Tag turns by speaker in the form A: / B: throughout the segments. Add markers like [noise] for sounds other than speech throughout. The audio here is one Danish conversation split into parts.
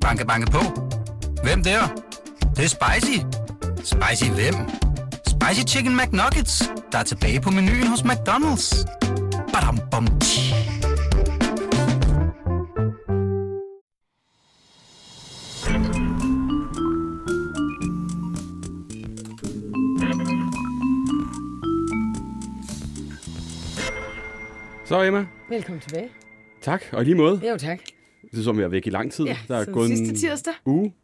A: Banke, banke på. Hvem der? Det, er? det er spicy. Spicy hvem? Spicy Chicken McNuggets, der er tilbage på menuen hos McDonald's. Badum, bom, tji.
B: Så Emma,
C: Velkommen tilbage.
B: tak, og i lige måde.
C: Jo, tak.
B: Det er som, jeg er væk i lang tid.
C: Ja,
B: der er
C: siden
B: gået
C: sidste tirsdag.
B: en uge.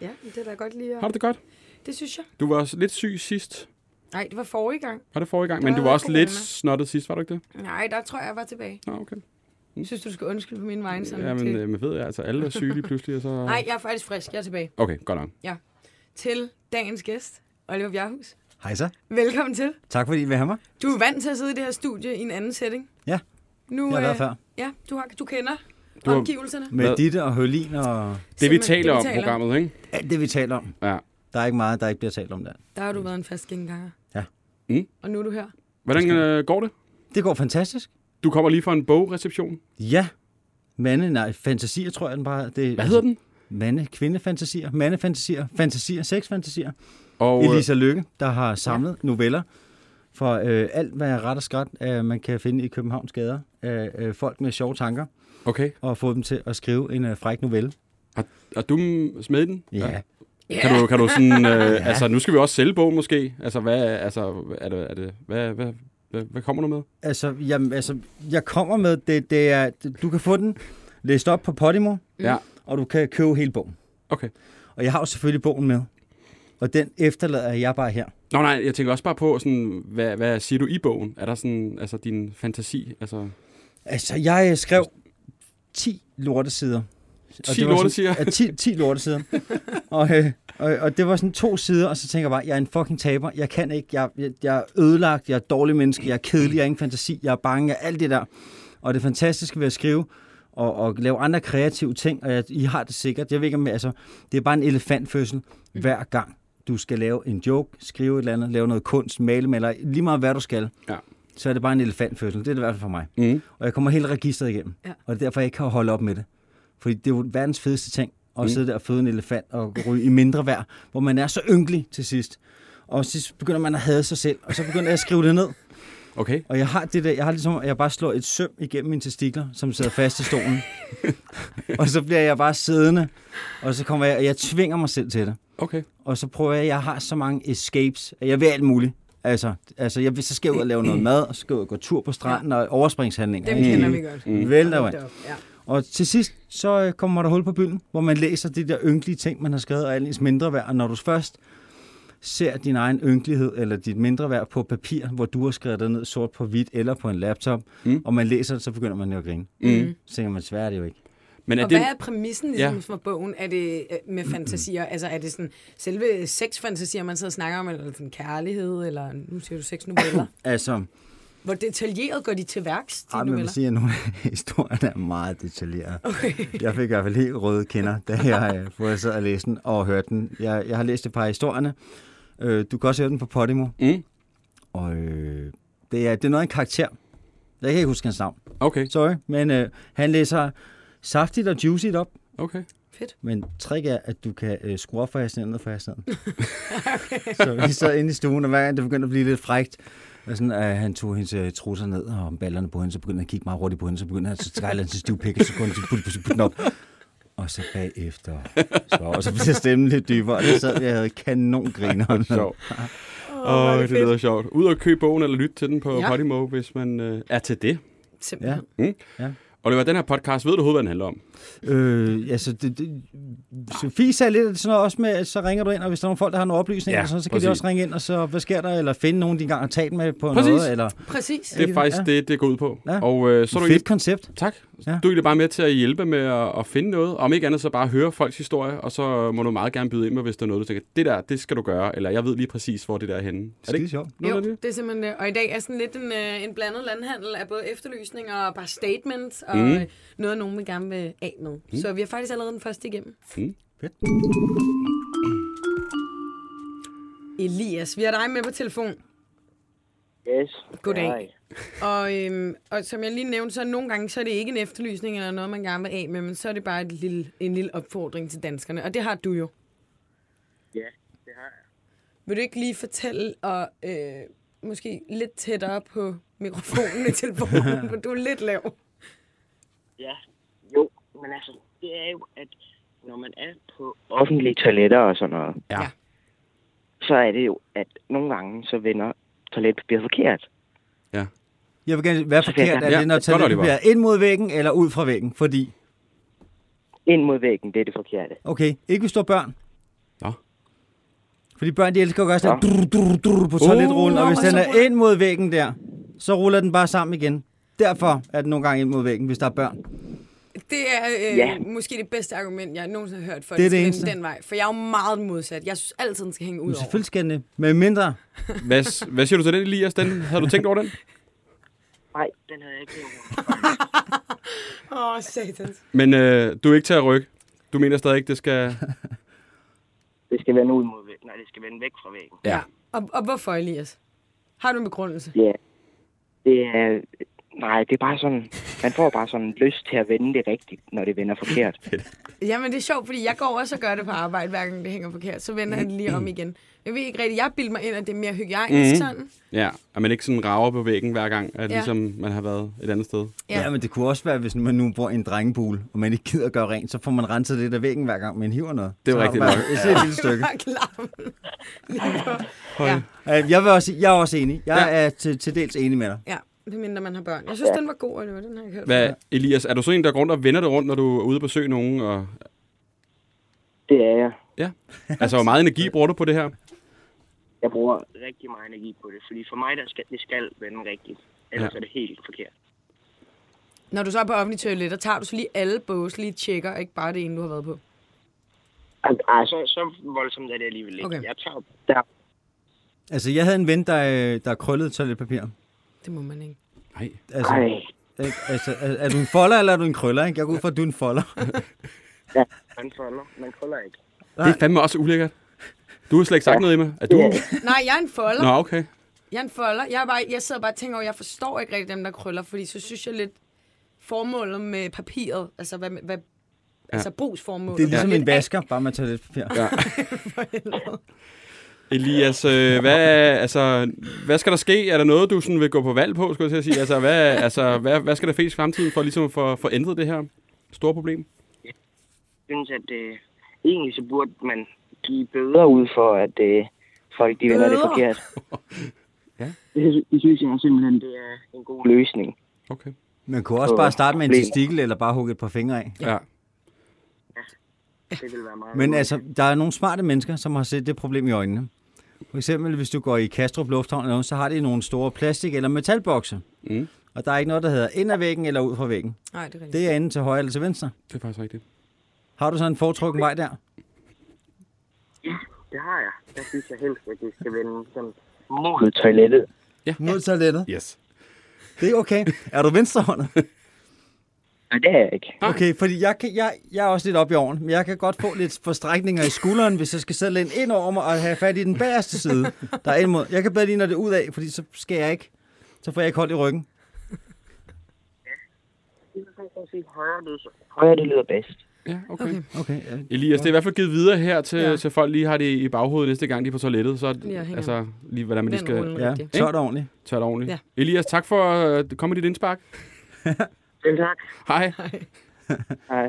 C: Ja, men det er da godt lige at...
B: Har du det godt?
C: Det synes jeg.
B: Du var også lidt syg sidst,
C: Nej, det var forrige gang.
B: var det forrige gang,
C: Det
B: men
C: var
B: du var også
C: corona.
B: lidt snottet sidst, var du ikke det?
C: Nej, der tror jeg, jeg var tilbage.
B: Nå, okay.
C: Jeg synes, du skal undskylde på min vej. Sådan
B: Ja, men
C: til...
B: øh, man ved, altså alle er syge lige pludselig, og så...
C: [laughs] Nej, jeg er faktisk frisk. Jeg er tilbage.
B: Okay, godt nok.
C: Til dagens gæst, Oliver Bjerghus.
D: Hej så.
C: Velkommen til.
D: Tak fordi I vil have mig.
C: Du er vant til at sidde i det her studie i en anden setting.
D: Ja,
C: nu, øh,
D: Jeg har været før.
C: Ja, du, har, du kender
B: Du har-
C: omgivelserne.
D: Med
B: Hvad?
D: Ditte og Hølin og
B: Det vi
C: Simpelthen,
B: taler
C: det,
B: om programmet, ikke?
D: alt det, vi taler om.
B: Ja.
D: Der er ikke meget, der ikke bliver talt om der.
C: Der har du været en fast genganger.
D: Ja.
B: Mm.
C: Og nu er du her.
B: Hvordan øh, går det?
D: Det går fantastisk.
B: Du kommer lige fra en bogreception.
D: Ja. Mande, nej, fantasier tror jeg den bare. Det,
B: Hvad hedder den?
D: Mande, kvindefantasier, mandefantasier, fantasier, sexfantasier.
B: Og, øh,
D: Elisa Lykke, der har samlet ja. noveller for øh, alt, hvad er ret og skræt, øh, man kan finde i Københavns gader. Øh, øh, folk med sjove tanker,
B: okay.
D: og få dem til at skrive en øh, fræk novelle.
B: Har, har du smed i den?
D: Ja.
C: Ja.
B: Kan du, kan du sådan, øh, [laughs] ja. altså nu skal vi også sælge bogen måske. Altså hvad, altså, er det, er det, hvad, hvad, hvad, hvad kommer du med?
D: Altså, jamen, altså, jeg kommer med, det, det er, du kan få den læst op på Podimo,
C: Mm.
B: Ja,
D: og du kan købe hele bogen.
B: okay.
D: Og jeg har jo selvfølgelig bogen med, og den efterlader jeg bare her.
B: Nå nej, jeg tænker også bare på, sådan, hvad, hvad siger du i bogen? Er der sådan, altså din fantasi? Altså,
D: Altså, jeg øh, skrev 10 lortesider. Og
B: 10
D: det var
B: lortesider?
D: Sådan, ja, 10, 10 lortesider. og, øh, og, og det var sådan to sider, og så tænker jeg bare, jeg er en fucking taber. Jeg kan ikke, jeg, jeg, jeg er ødelagt, jeg er et dårlig menneske, jeg er kedelig, jeg har ingen fantasi, jeg er bange, jeg er alt det der. Og det fantastiske ved at skrive og, og lave andre kreative ting, og jeg, I har det sikkert, jeg ved ikke om, altså, det er bare en elefantfødsel hver gang. Du skal lave en joke, skrive et eller andet, lave noget kunst, male, maler, lige meget hvad du skal,
B: Ja.
D: så er det bare en elefantfødsel. Det er det i hvert fald for mig.
B: mm.
D: Og jeg kommer hele registret igennem.
C: Ja.
D: Ja. Og det er derfor, jeg ikke kan holde op med det. Fordi det er jo verdens fedeste ting, at
B: Mm.
D: mm. sidde der og føde en elefant og ryge i mindre vejr, hvor man er så ynkelig til sidst. Og så begynder man at hade sig selv, og så begynder jeg at skrive det ned.
B: Okay.
D: Og jeg har det der, jeg har ligesom, at jeg bare slår et søm igennem mine testikler, som sidder fast i stolen. og så bliver jeg bare siddende, og så kommer jeg, og jeg tvinger mig selv til det.
B: Okay.
D: Og så prøver jeg, jeg har så mange escapes, at jeg vil alt muligt. Altså, altså jeg, vil- så skal jeg ud og lave noget mad, og så skal jeg ud og gå tur på stranden, og overspringshandlinger.
C: Dem
D: ikke?
C: kender vi godt.
B: Mm.
D: Vel, der var.
C: Hold da op, Ja.
D: Og til sidst, så øh, kommer der hul på bylden, hvor man læser de der ynkelige ting, man har skrevet, og alt ens mindre værd. Og når du først ser din egen ynkelighed eller dit mindre værd på papir, hvor du har skrevet det ned sort på hvidt eller på en laptop,
B: Mm.
D: mm. og man læser det, så begynder man jo at grine.
B: Mm.
D: Så tænker man, svært er det jo ikke.
B: Men er
C: Og det...
B: det,
C: hvad er præmissen ligesom, ja. for bogen? Er det øh, med fantasier? Altså er det sådan selve sexfantasier, man sidder og snakker om, eller sådan kærlighed, eller nu siger du sexnoveller?
D: Altså,
C: Hvor detaljeret går de til værks, de
D: ej, man må
C: noveller?
D: sige, at nogle af [laughs] historierne er meget detaljerede.
C: Okay.
D: Jeg fik i hvert fald helt røde kinder, da jeg, øh, hvor jeg sad og læste den og hørte den. Jeg, jeg har læst et par af historierne. Øh, du kan også høre den på Podimo.
B: mm.
D: Og øh, det, er, det er noget af en karakter. Jeg kan ikke huske hans navn.
B: okay,
D: Sorry. Men øh, han læser saftigt og juicigt op.
B: okay.
C: Fedt.
D: Men trick er, at du kan øh, skrue op for hastigheden og ned for hastigheden. [laughs] så vi sad inde i stuen, og hver gang det begyndte at blive lidt frægt, og sådan, at han tog hendes øh, trusser ned og ballerne på hende, så begyndte han at kigge meget hurtigt på hende, så begyndte han så skejlede han sin stive pik, og så kunne han putte, putte, putte den op. Og så bagefter. Så, og så blev stemmen lidt dybere, og det sad, jeg havde
B: [laughs]
D: kanongrineren.
B: Sjovt.
C: Åh,
B: Åh,
C: hvor er
B: oh, det lyder sjovt. Ud og købe bogen eller lytte til den på
C: Ja.
B: ja. Podimo, hvis man øh, er til det.
D: Ja.
C: Simpelthen.
B: Og det var den her podcast, ved du overhovedet, hvad den handler om?
D: Øh, altså, det, det, Sofie sagde lidt af det sådan noget også med, at så ringer du ind, og hvis der er nogle folk, der har nogle oplysninger,
B: Ja,
D: ja, sådan, så kan
B: præcis.
D: de også ringe ind, og så hvad sker der, eller finde nogen, de engang har talt med på
B: Præcis.
D: noget, eller
C: Ja. Præcis.
B: Det er
D: Ja.
B: faktisk det, det går ud på.
D: Ja.
B: Og øh, så er du
D: et fedt koncept.
B: Tak. Ja. Du
D: Ja.
B: er egentlig bare med til at hjælpe med at, at finde noget. Om ikke andet så bare høre folks historie, og så må du meget gerne byde ind med, hvis der er noget, du tænker, det der, det skal du gøre, eller jeg ved lige præcis, hvor det der er henne. Er det
D: Skide
B: ikke
D: sjovt.
B: noget af
C: Jo,
B: det?
C: det er simpelthen det. Og i dag er sådan lidt en, øh, en blandet landhandel af både efterlysninger og bare statements, og
B: Mm.
C: mm. noget, nogen vil gerne vil af med. Mm. Så vi er faktisk allerede den første igennem.
B: Mm.
D: Fedt.
C: Elias, vi har dig med på telefon.
E: Yes.
C: Goddag.
E: Hej.
C: Og, øhm, og som jeg lige nævnte, så nogle gange så er det ikke en efterlysning eller noget, man gerne vil af med, men så er det bare et lille, en lille opfordring til danskerne. Og det har du jo.
E: Ja, det har jeg.
C: Vil du ikke lige fortælle, og øh, måske lidt tættere på
D: [laughs]
C: mikrofonen i telefonen, for du er lidt lav.
E: Ja, jo, men altså, det er jo, at når man er på offentlige toiletter og sådan noget,
B: Ja.
C: Ja.
E: så er det jo, at nogle gange, så vender toiletpapiret forkert.
D: Jeg vil gerne være forkert, at
B: Ja,
D: ja, det når
B: godt, Oliver.
D: toilettet bliver ind mod væggen eller ud fra væggen, fordi,
E: Ind mod væggen, det er det forkerte.
D: okay, ikke hvis du har børn.
B: Nå.
D: Fordi børn, de elsker at gøre sådan drr, drr, drr, på toiletrullen,
B: nå,
D: og hvis
C: og
D: den
C: så
D: er
C: ruller-
D: ind mod væggen der, så ruller den bare sammen igen. Derfor er den nogle gange ind mod væggen, hvis der er børn.
C: Det er øh,
E: Ja.
C: måske det bedste argument, jeg nogensinde har hørt for,
D: Det er
C: at
D: det
C: det
D: eneste.
C: skal den vej. For jeg er jo meget modsat. Jeg synes altid, den skal hænge ud
D: Men
C: over.
D: selvfølgelig skal den det. Med mindre,
B: Hvad, s- hvad siger du til den, Elias? Den, havde du tænkt over den?
E: Nej, den havde jeg ikke tænkt over.
C: Åh, oh, satans.
B: Men øh, du er ikke til at rykke. Du mener stadig ikke, det skal...
E: Det skal vende ud mod væggen. Nej, det skal vende væk fra væggen.
B: Ja.
C: Og, og hvorfor, Elias? Har du en begrundelse?
E: Ja. Det er... Nej, det er bare sådan... Man får bare sådan lyst til at vende det rigtigt, når det vender
B: [laughs]
E: forkert.
C: Jamen, det er sjovt, fordi jeg går også og gør det på arbejde, hver gang det hænger forkert. Så vender jeg det lige om igen. Jeg ved ikke rigtigt, jeg bilder mig ind, at det er mere hygiejnisk
D: Mhm.
C: mm. sådan.
B: [laughs] Ja, at man ikke sådan rager på væggen hver gang, at
C: Ja.
B: ligesom man har været et andet sted.
C: Ja.
D: ja. ja, men det kunne også være, hvis man nu bor i en drengepul, og man ikke gider at gøre rent, så får man renset lidt af væggen hver gang, man hiver noget.
B: Det er jo
D: Så
B: rigtigt
D: har du bare
B: nok.
D: Et ja.
C: [laughs]
D: lille stykke.
C: Bare klam. Lige på. Ja,
D: Øh, Jeg, vil også, jeg er også enig. Jeg ja. er til, til dels enig med dig.
C: ja. Det mindre man har børn. Jeg synes, den var god, Oliver. Den har jeg ikke hørt.
B: Hvad, Elias, er du sådan en, der går rundt og vender det rundt, når du er ude og besøge nogen? Og,
E: Det er jeg.
B: ja. Altså, hvor meget [laughs] energi bruger du på det her?
E: Jeg bruger rigtig meget energi på det, fordi for mig, der skal, det skal vende rigtigt. Ellers
B: Ja.
E: ja. er det helt forkert.
C: Når du så er på offentlige toiletter, tager du så lige alle bås, lige tjekker, ikke bare det ene, du har været på.
E: Altså, ej, så, så voldsomt er det alligevel ikke.
C: Okay.
E: Okay. Jeg tager der.
D: Altså, jeg havde en ven, der, øh, der krøllede toiletpapir.
C: Det må man ikke.
B: Nej.
D: Altså,
E: Ej,
D: øh, altså er, er, du en folder, eller er du en krøller? Ikke? Jeg går ud fra, at du er en folder.
E: ja, man folder. Man krøller ikke.
B: Det er fandme også ulækkert. Du har slet ikke sagt noget, Emma. Er du...
C: [laughs] Nej, jeg er en folder.
B: Nå, okay.
C: Jeg er en folder. Jeg, er bare, jeg sidder bare og tænker over, jeg forstår ikke rigtig dem, der krøller, fordi så synes jeg lidt formålet med papiret, altså, hvad, hvad, ja. altså brugsformålet.
D: Det er ligesom
C: lidt
D: en vasker, bare med toiletpapir. Ja.
B: Elias, øh, hvad, altså, hvad skal der ske? Er der noget, du sådan vil gå på valg på, skulle jeg til at sige? Altså, hvad, altså, hvad, hvad skal der fes i fremtiden for ligesom at få, få ændret det her store problem?
E: synes, at øh, egentlig så burde man give bøder ud for, at øh, folk de vender det
C: Bøder?
E: [laughs] forkert.
B: Ja.
E: Det, det synes jeg simpelthen, det er en god løsning.
B: Okay.
D: Man kunne også bare starte med en
E: Problem.
D: testikel, eller bare hugge et par fingre af.
B: Ja.
E: Det vil være meget
D: Men
E: godt.
D: altså, der er nogle smarte mennesker, som har set det problem i øjnene. For eksempel, hvis du går i Kastrup Lufthavn eller noget, så har de nogle store plastik- eller metalbokse.
B: Mm.
D: Og der er ikke noget, der hedder ind ad væggen eller ud fra væggen.
C: Nej, det er rigtigt.
D: Det er enten til højre eller til venstre.
B: Det er faktisk rigtigt.
D: Har du sådan en foretrukken vej der?
E: Det har jeg. Jeg synes jeg helst, at det skal vende sådan mod toilettet.
D: Mod toilettet.
B: Yes.
D: Det er okay. [laughs] Er du venstrehåndet?
E: Nej, det er jeg ikke.
D: [laughs] Okay, fordi jeg, kan, jeg, jeg er også lidt op i åren, men jeg kan godt få lidt forstrækninger i skulderen, hvis jeg skal sætte lidt ind over mig og have fat i den bagerste side, der er ind mod. Jeg kan bedre lige, når det er ud af, fordi så skal jeg ikke, så får jeg ikke hold i ryggen.
E: Det er sådan, at sige, højre, det, højre, det lyder bedst.
B: Ja, okay.
D: Okay, ja.
B: Elias, det er i hvert fald givet videre her til, ja.
C: Ja.
B: til folk lige har det i baghovedet næste gang, de er på toilettet. Så
C: Lige at hænge
B: altså, lige hvordan man lige
C: Den
B: skal
C: rulle
D: ja
C: rigtigt.
D: tørt og ordentligt.
B: tørre det ordentligt. Ja.
C: Ja.
B: Elias, tak for at øh, komme med dit indspark.
E: Selv tak.
B: Hej.
E: Hej.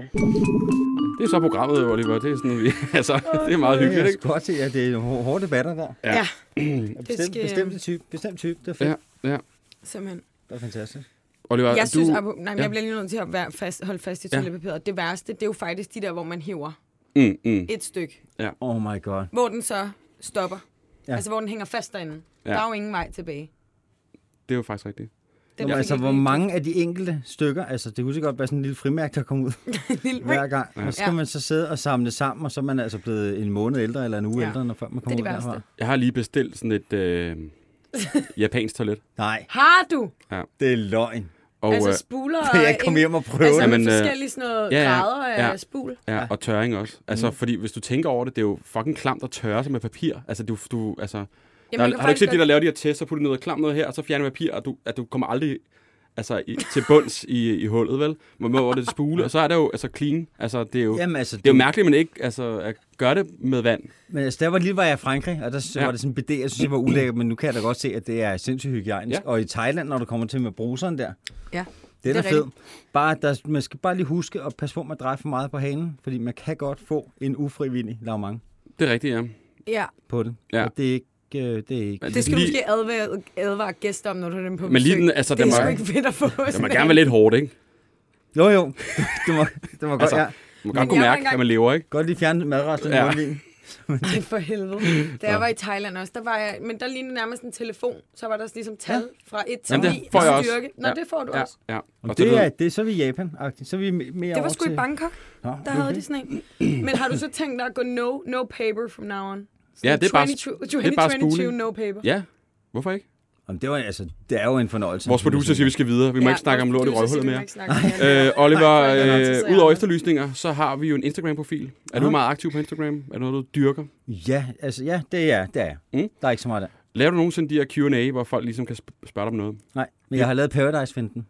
B: Det er så programmet, Oliver. Det er sådan, vi, [laughs] altså, det er meget hyggeligt,
D: Jeg
B: ikke?
D: skal godt se, at det er nogle hårde debatter der.
C: Ja, ja
D: Bestemt,
C: skal-
D: bestemt type, bestemt type. Det er fedt.
B: Ja,
D: Ja.
B: ja.
C: simpelthen.
D: Det er fantastisk.
B: Oliver,
C: Jeg
B: du...
C: synes, at, nej, men
B: ja.
C: jeg bliver lige nødt til at være fast, holde fast i
B: Ja.
C: toiletpapiret. Det værste, det er jo faktisk de der, hvor man hiver
B: Mm, mm.
C: et stykke,
D: Oh my god.
C: hvor den så stopper.
D: Ja.
C: Ja. Altså, hvor den hænger fast derinde.
B: Ja.
C: Ja. Der er jo ingen vej tilbage.
B: Det er jo faktisk rigtigt.
C: Den
D: Ja,
C: fik
D: altså,
C: ikke
D: hvor
C: lige-
D: mange af de enkelte stykker, altså det kunne så godt være sådan en lille frimærke, der kom ud
C: Lille-
D: hver gang. Og så skal
C: Ja.
D: man så sidde og samle sammen, og så er man altså blevet en måned ældre eller en uge
C: Ja.
D: ældre, når før man
C: Det er
D: kommer ud
C: det værste.
D: derfra.
B: Jeg har lige bestilt sådan et øh, [laughs] japansk toilet.
D: Nej,
C: Har du?
D: det er løgn.
B: Og,
C: altså,
B: øh,
C: spuler...
D: Kan [laughs] jeg
C: og
D: ikke komme
C: en-
D: hjem og prøve
C: Altså,
D: det?
C: med
B: Jamen, øh,
C: forskellige sådan noget
B: ja,
C: ja,
B: ja,
C: ja, grader af
B: ja.
C: ja. Mm. spul.
B: ja, og tørring også. Altså, fordi hvis du tænker over det, det er jo fucking klamt at tørre sig med papir. Altså, du, du, altså, Der,
C: jeg
B: har du
C: kan
B: ikke set
C: faktisk
B: de, der
C: godt-
B: laver de her tests, så putter noget klam noget her, og så fjerner papir, og du, at du kommer aldrig altså, i, til bunds i, i hullet, vel? Man må over det spule, og så er det jo altså clean. Altså, det er jo,
D: Jamen, altså,
B: det er jo mærkeligt, at man ikke altså, at gøre det med vand.
D: Men altså, der var lige var jeg i Frankrig, og der synes jeg,
B: Ja.
D: var det sådan en BD, jeg synes, jeg var ulækkert, men nu kan jeg da godt se, at det er sindssygt hygiejnisk.
B: Ja.
D: Og i Thailand, når du kommer til med bruseren der,
C: Ja.
D: den
C: Det
D: er,
C: er
D: er fed. Bare, at der, man skal bare lige huske at passe på med at dreje for meget på hanen, fordi man kan godt få en ufrivillig lavmang
B: Det er rigtigt, ja.
C: Ja,
D: på det.
B: Ja.
D: Og det er ikke... Øh, det er ikke.
C: det skal du
B: lige-
C: måske advare, advare gæster om, når du har dem på
B: Men lige
C: besøg.
B: den, altså,
C: det
B: den
C: er sgu
B: var-
C: ikke fedt at få.
B: Det må gerne være lidt hårdt, ikke?
D: Jo, [laughs] jo. Det var, det var godt,
B: Altså.
D: altså. ja.
B: Man må
C: Men
B: godt kunne
C: jeg var
B: mærke,
C: engang-
B: at man lever, ikke?
D: Godt lige fjerne madresten
B: Ja.
D: ja. i
C: Ej, for helvede. Da jeg var i Thailand også, der var jeg, men der lignede nærmest en telefon, så var der ligesom tal fra 1 til
B: Jamen, det
C: 9
B: får jeg også.
C: styrke. Nå,
B: Ja.
C: det får du
B: Ja,
C: også.
B: ja.
D: Og
B: så
D: det,
B: ved-
D: er, det, så er vi i Japan, -agtigt. så er vi me- mere
C: Det var
D: over
C: sgu
D: til...
C: i Bangkok,
D: Nå,
C: der
D: okay.
C: havde de sådan en. Men har du så tænkt dig at gå no, no paper from now on?
B: Ja, det er bare- det er bare
C: 2022
B: spooling.
C: no paper.
B: Ja, hvorfor ikke?
D: Jamen, det, var, altså, det er jo en fornøjelse.
B: Vores producer siger, vi skal videre. Vi må ikke snakke om lort i
C: du så siger,
B: røvhullet
C: vi må
B: mere.
C: ikke snakke om det her.
B: Øh, Oliver,
C: Nej, folk er nok interesseret.
B: øh, ud over efterlysninger, så har vi jo en Instagram-profil. Er du
D: Aha.
B: meget aktiv på Instagram? Er det noget, du dyrker?
D: Ja, altså, ja, det er, det er.
B: Mm.
D: Mm. Der er ikke så meget der.
B: Laver du nogensinde de her Q&A, hvor folk ligesom kan sp- spørge dig om noget?
D: Nej, men jeg har lavet Paradise-finden.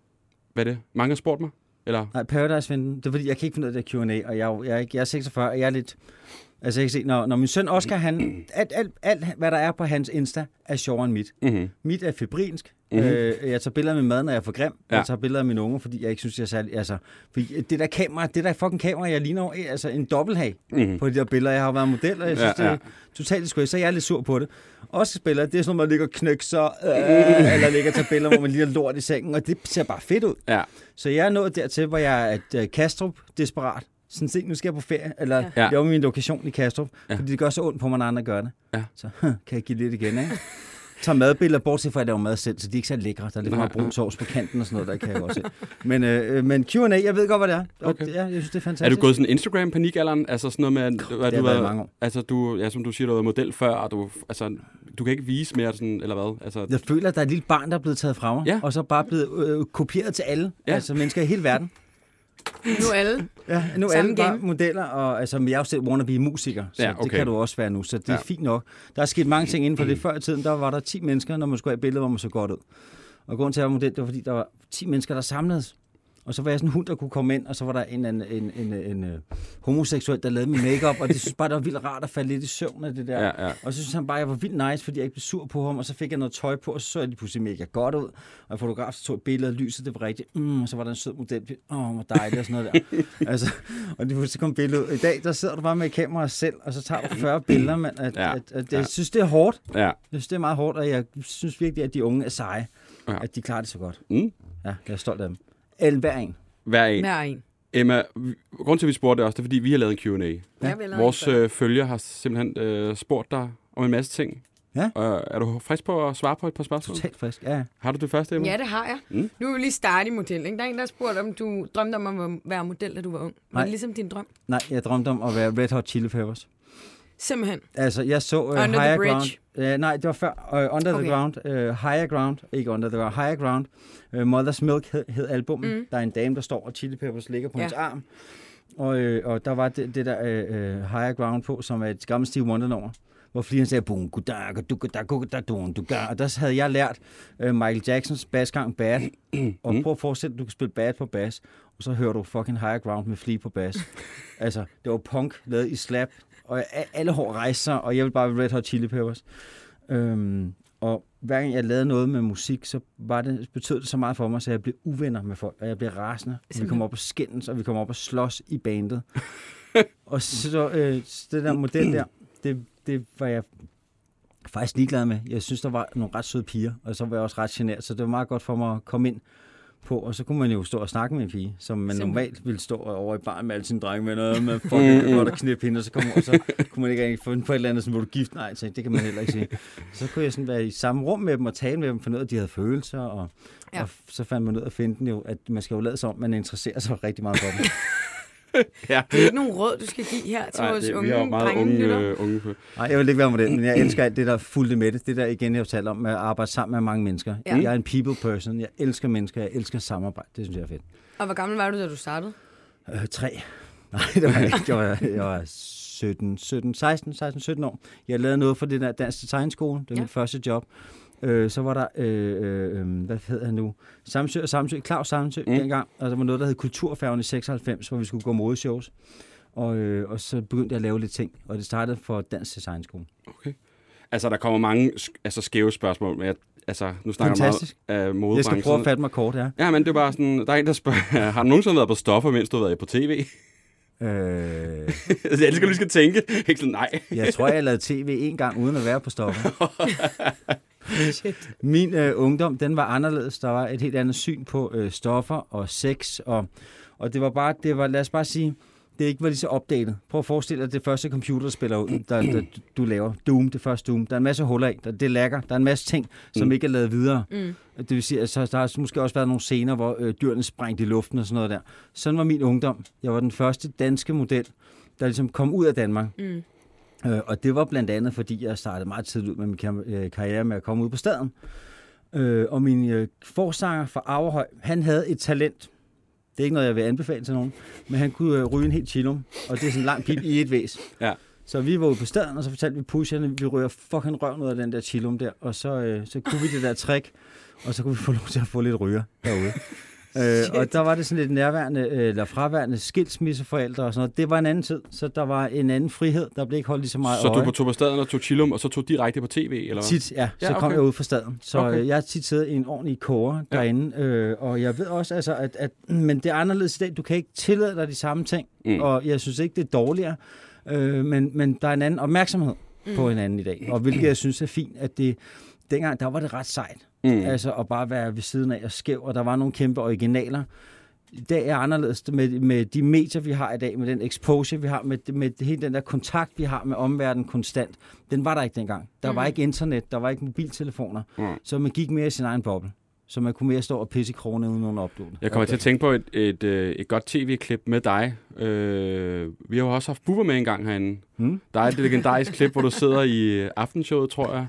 B: Hvad er det? Mange har spurgt mig? Eller?
D: Nej, Paradise-finden, det er fordi, jeg kan ikke finde ud af det der Q&A, og jeg, er jo- jeg, er ikke- jeg er 46, og jeg er lidt... Altså, jeg kan se, når, når min søn Oscar, han, alt, alt, alt, hvad der er på hans Insta, er sjovere end mit.
B: Mm-hmm.
D: Mit er febrinsk.
B: Mhm.
D: Mm-hmm. Øh, jeg tager billeder af min mad, når jeg er for grim.
B: Ja.
D: Ja. Jeg tager billeder af mine unge, fordi jeg ikke synes, jeg er særlig... Altså, fordi det der kamera, det der fucking kamera, jeg ligner jo, eh, altså en dobbelthag
B: Mhm.
D: mm-hmm. på de der billeder. Jeg har jo været model, og jeg synes,
B: Ja,
D: ja, ja.
B: ja.
D: det er totalt square, så jeg er lidt sur på det. Også spiller, det er sådan noget, man ligger og knækker sig,
B: [laughs]
D: øh, eller ligger og tager billeder, hvor man ligner lort i sengen, og det ser bare fedt ud.
B: Ja.
D: Så jeg er nået dertil, hvor jeg er et, øh, Kastrup desperat. Sådan set, nu skal jeg på ferie, eller
B: Ja.
D: ja. jeg var min lokation i Kastrup,
B: Ja.
D: ja. fordi det gør så ondt på mig, når andre gør det.
B: Ja.
D: Så [laughs] kan jeg give lidt igen, ikke? Tager madbilleder, bortset fra, at jeg laver mad selv, så de er ikke så lækre. Der er lidt
B: Nej,
D: meget brun sovs på kanten og sådan noget, der kan jeg godt se. Men, øh, øh, men Q&A, jeg ved godt, hvad det er. Og
B: Okay.
D: det- Ja, jeg synes, det er fantastisk.
B: Er du gået sådan Instagram-panikalderen? Altså sådan noget med, at- hvad
D: det
B: du
D: har været
B: er-
D: i mange år.
B: Altså du, ja, som du siger, du har været model før, og du, altså, du kan ikke vise mere sådan, eller hvad? Altså,
D: Jeg føler, at der er et lille barn, der er blevet taget fra mig,
B: Ja.
D: og så bare blevet øh, kopieret til alle,
B: Ja.
D: ja. altså mennesker i hele verden.
C: Nu alle.
D: Ja, nu er
C: Samme
D: alle bare
C: game.
D: modeller, og altså, men jeg er jo selv wannabe-musiker, så
B: Ja,
D: ja, okay. det
B: okay.
D: kan du også være nu, så det er
B: Ja. Mm.
D: ja. fint nok. Der er sket mange ting inden for det. Før i tiden, der var der 10 mennesker, når man skulle have et billede, hvor man så godt ud. Og grunden til, at jeg var model, det var, fordi der var 10 mennesker, der samledes. Og så var jeg sådan en hund, der kunne komme ind, og så var der en, en, en, en, en øh, homoseksuel, der lavede min makeup, og det synes bare, det var vildt rart at falde lidt i søvn af det der.
B: Ja, ja.
D: Og så synes han bare, at jeg var vildt nice, fordi jeg ikke blev sur på ham, og så fik jeg noget tøj på, og så så jeg lige pludselig mega godt ud. Og en fotograf så tog et billede af lyset, det var rigtigt. Mm, og så var der en sød model. Åh, oh, hvor dejligt og sådan noget der. altså, og lige pludselig kom billedet ud. I dag, der sidder du bare med et kamera selv, og så tager du 40 billeder, men at,
B: Ja,
D: ja. at, at,
B: ja.
D: jeg synes, det er hårdt.
B: Ja.
D: Jeg synes, det er meget hårdt, og jeg synes virkelig, at de unge er seje.
B: Ja.
D: Ja. At de klarer det så godt.
B: Mm.
D: Ja, jeg er stolt af dem. Alle hver en.
B: Hver en.
C: Hver en.
B: Emma, vi- grunden til, at vi spurgte dig også, det er, fordi vi har lavet en Q&A.
C: Jeg vil
B: Vores
C: ikke.
B: øh, følger har simpelthen øh, spurgt dig om en masse ting.
D: Ja.
B: Og øh, er du frisk på at svare på et par spørgsmål?
D: Totalt frisk. Ja, ja.
B: Har du det første, Emma?
C: Ja, det har jeg.
B: Mm.
C: Nu vil vi lige starte i model. Ikke? Der er en, der har spurgt, om du drømte om at være model, da du var ung. Var
D: Nej.
C: det ligesom din drøm?
D: Nej, jeg drømte om at være Red Hot Chili Peppers.
C: Simpelthen.
D: Altså, jeg så uh,
C: Under the
D: Higher
C: Bridge.
D: Ground. Uh, nej, det var før. Uh, under okay.
C: Okay.
D: the Ground. Uh, higher Ground. Ikke Under the Ground. Higher Ground. Uh, Mother's Milk hed, hed albumet. Mm. Der er en dame, der står, og Chili Peppers ligger på
C: Ja.
D: ja. hendes arm. Og, øh, og der var det, det der øh, øh, Higher Ground på, som er et gammelt Steve Wonder-nummer. Hvor flere sagde, boom, gudaka, dukada, gudada, dun, duga. Og der havde jeg lært øh, Michael Jacksons basgang bad. og prøv at forestille dig, at du kan spille bad på bas, og så hører du fucking Higher Ground med Flea på bas. altså, det var punk lavet i slap, og a- alle hår rejste sig, og jeg ville bare være Red Hot Chili Peppers. Øhm, og hver gang jeg lavede noget med musik, så var det, betød det så meget for mig, så jeg blev uvenner med folk, og jeg blev rasende. Og vi kom op og skændes, og vi kom op og slås i bandet. og så øh, så det der model der, det, det var jeg faktisk ligeglad med. Jeg synes, der var nogle ret søde piger, og så var jeg også ret genert, så det var meget godt for mig at komme ind på, og så kunne man jo stå og snakke med en pige, som man
C: Simpelthen.
D: normalt ville stå over i baren med alle sine drenge, og man fucking kan godt at knippe hende, og så, kom, og så kunne man ikke rigtig finde på et eller andet, som hvor du er gift, nej, så det kan man heller ikke sige. Så kunne jeg sådan være i samme rum med dem og tale med dem, finde ud af, at de havde følelser, og,
C: Ja.
D: ja. og så fandt man ud af at finde den jo, at man skal jo lade sig om, man interesserer sig rigtig meget for dem.
B: [laughs]
C: Det er ikke nogen råd, du skal give her til
B: Nej,
C: vores
B: det, vi
C: unge
B: har jo meget unge,
C: drengelytter.
B: øh, unge på.
D: Nej, jeg vil ikke være med det, men jeg elsker alt det, der fulgte med det. Det der igen, jeg talte om, med at arbejde sammen med mange mennesker.
C: Ja.
D: Ja. Jeg er en people person, jeg elsker mennesker, jeg elsker samarbejde, det synes jeg er fedt.
B: øh,
C: Og hvor gammel var du, da du startede?
D: [laughs] Øh, tre. Nej, det var jeg ikke. Jeg var, jeg var 17, 17, 16, 16, 17 år. Jeg lavede noget for den der dansk designskole. Det var
C: Ja.
D: ja. mit første job. Øh, så var der, øh, øh, øh, hvad hedder han nu? Samsø og Samsø, Claus Samsø mm. dengang. Og der var noget, der hed Kulturfærgen i 96, hvor vi skulle gå modeshows. Og, øh, og så begyndte jeg at lave lidt ting. Og det startede for Dansk Designskole.
B: Okay. Altså, der kommer mange sk- altså, skæve spørgsmål, men jeg, altså, nu snakker
D: Fantastisk.
B: jeg meget af modebranchen.
D: Jeg skal prøve at fatte mig kort, ja.
B: Ja, men det er bare sådan, der er en, der spørger, [laughs] har du nogensinde været på stoffer, mens du har været på tv? [laughs]
D: Øh,
B: Altså, jeg elsker, at du lige skal tænke. [laughs] Ikke sådan, nej.
D: jeg tror, jeg lavede tv en gang uden at være på [laughs] stoffer. Min øh, ungdom, den var anderledes. Der var et helt andet syn på øh, stoffer og sex. Og, og det var bare, det var, lad os bare sige, det ikke var lige så opdateret. Prøv at forestille dig det første computerspil, der, der, der du laver. Doom, det første Doom. Der er en masse huller i. Der, det lækker. Der er en masse ting, som mm. ikke er lavet videre. Mm. Det vil sige, at så, der har måske også været nogle scener, hvor øh, dyrene sprængte i luften og sådan noget der. Sådan var min ungdom. Jeg var den første danske model, der ligesom kom ud af Danmark. Mm. Øh, og det var blandt andet, fordi jeg startede meget tidligt ud med min kam- øh, karriere med at komme ud på staden. Øh, og min øh, forsanger fra Averhøj, han havde et talent. Det er ikke noget, jeg vil anbefale til nogen, men han kunne øh, ryge en helt chillum, og det er sådan en lang pip i et væs.
B: Ja.
D: Så vi var ude på staden, og så fortalte vi pusherne, at vi rører fucking røven ud af den der chillum der, og så, øh, så kunne vi det der trick, og så kunne vi få lov til at få lidt ryger derude. Øh, og der var det sådan lidt nærværende, øh, eller fraværende skilsmisseforældre og sådan noget. Det var en anden tid, så der var en anden frihed, der blev ikke holdt lige så meget
B: Så
D: øje.
B: du på tog på staden og tog chillum, og så tog direkte på tv, eller hvad?
D: Tit, ja. Så
B: Ja,
D: ja, okay. kom
B: okay.
D: jeg ud fra staden. Så
B: Okay.
D: okay. jeg har tit siddet i en ordentlig kåre
B: Ja.
D: derinde, øh, og jeg ved også, altså, at, at, men det er anderledes i dag. Du kan ikke tillade dig de samme ting,
B: Mm.
D: mm. og jeg synes ikke, det er dårligere, øh, men, men der er en anden opmærksomhed mm. på hinanden i dag, og hvilket jeg synes er fint, at det, dengang, der var det ret sejt,
B: Mm.
D: mm. altså at bare være ved siden af og skæv, og der var nogle kæmpe originaler, i dag er anderledes med, med de medier, vi har i dag, med den exposure, vi har, med, med hele den der kontakt, vi har med omverdenen konstant. Den var der ikke dengang. Der mm. var ikke internet, der var ikke mobiltelefoner. Mm. Så man gik mere i sin egen boble. Så man kunne mere stå og pisse i krogene uden nogen opdående.
B: Jeg kommer til at tænke på et, et, øh, et godt tv-klip med dig. Øh, vi har jo også haft Bubber med en gang herinde. Hmm? Der er et legendarisk klip, hvor du sidder i øh, aftenshowet, tror jeg.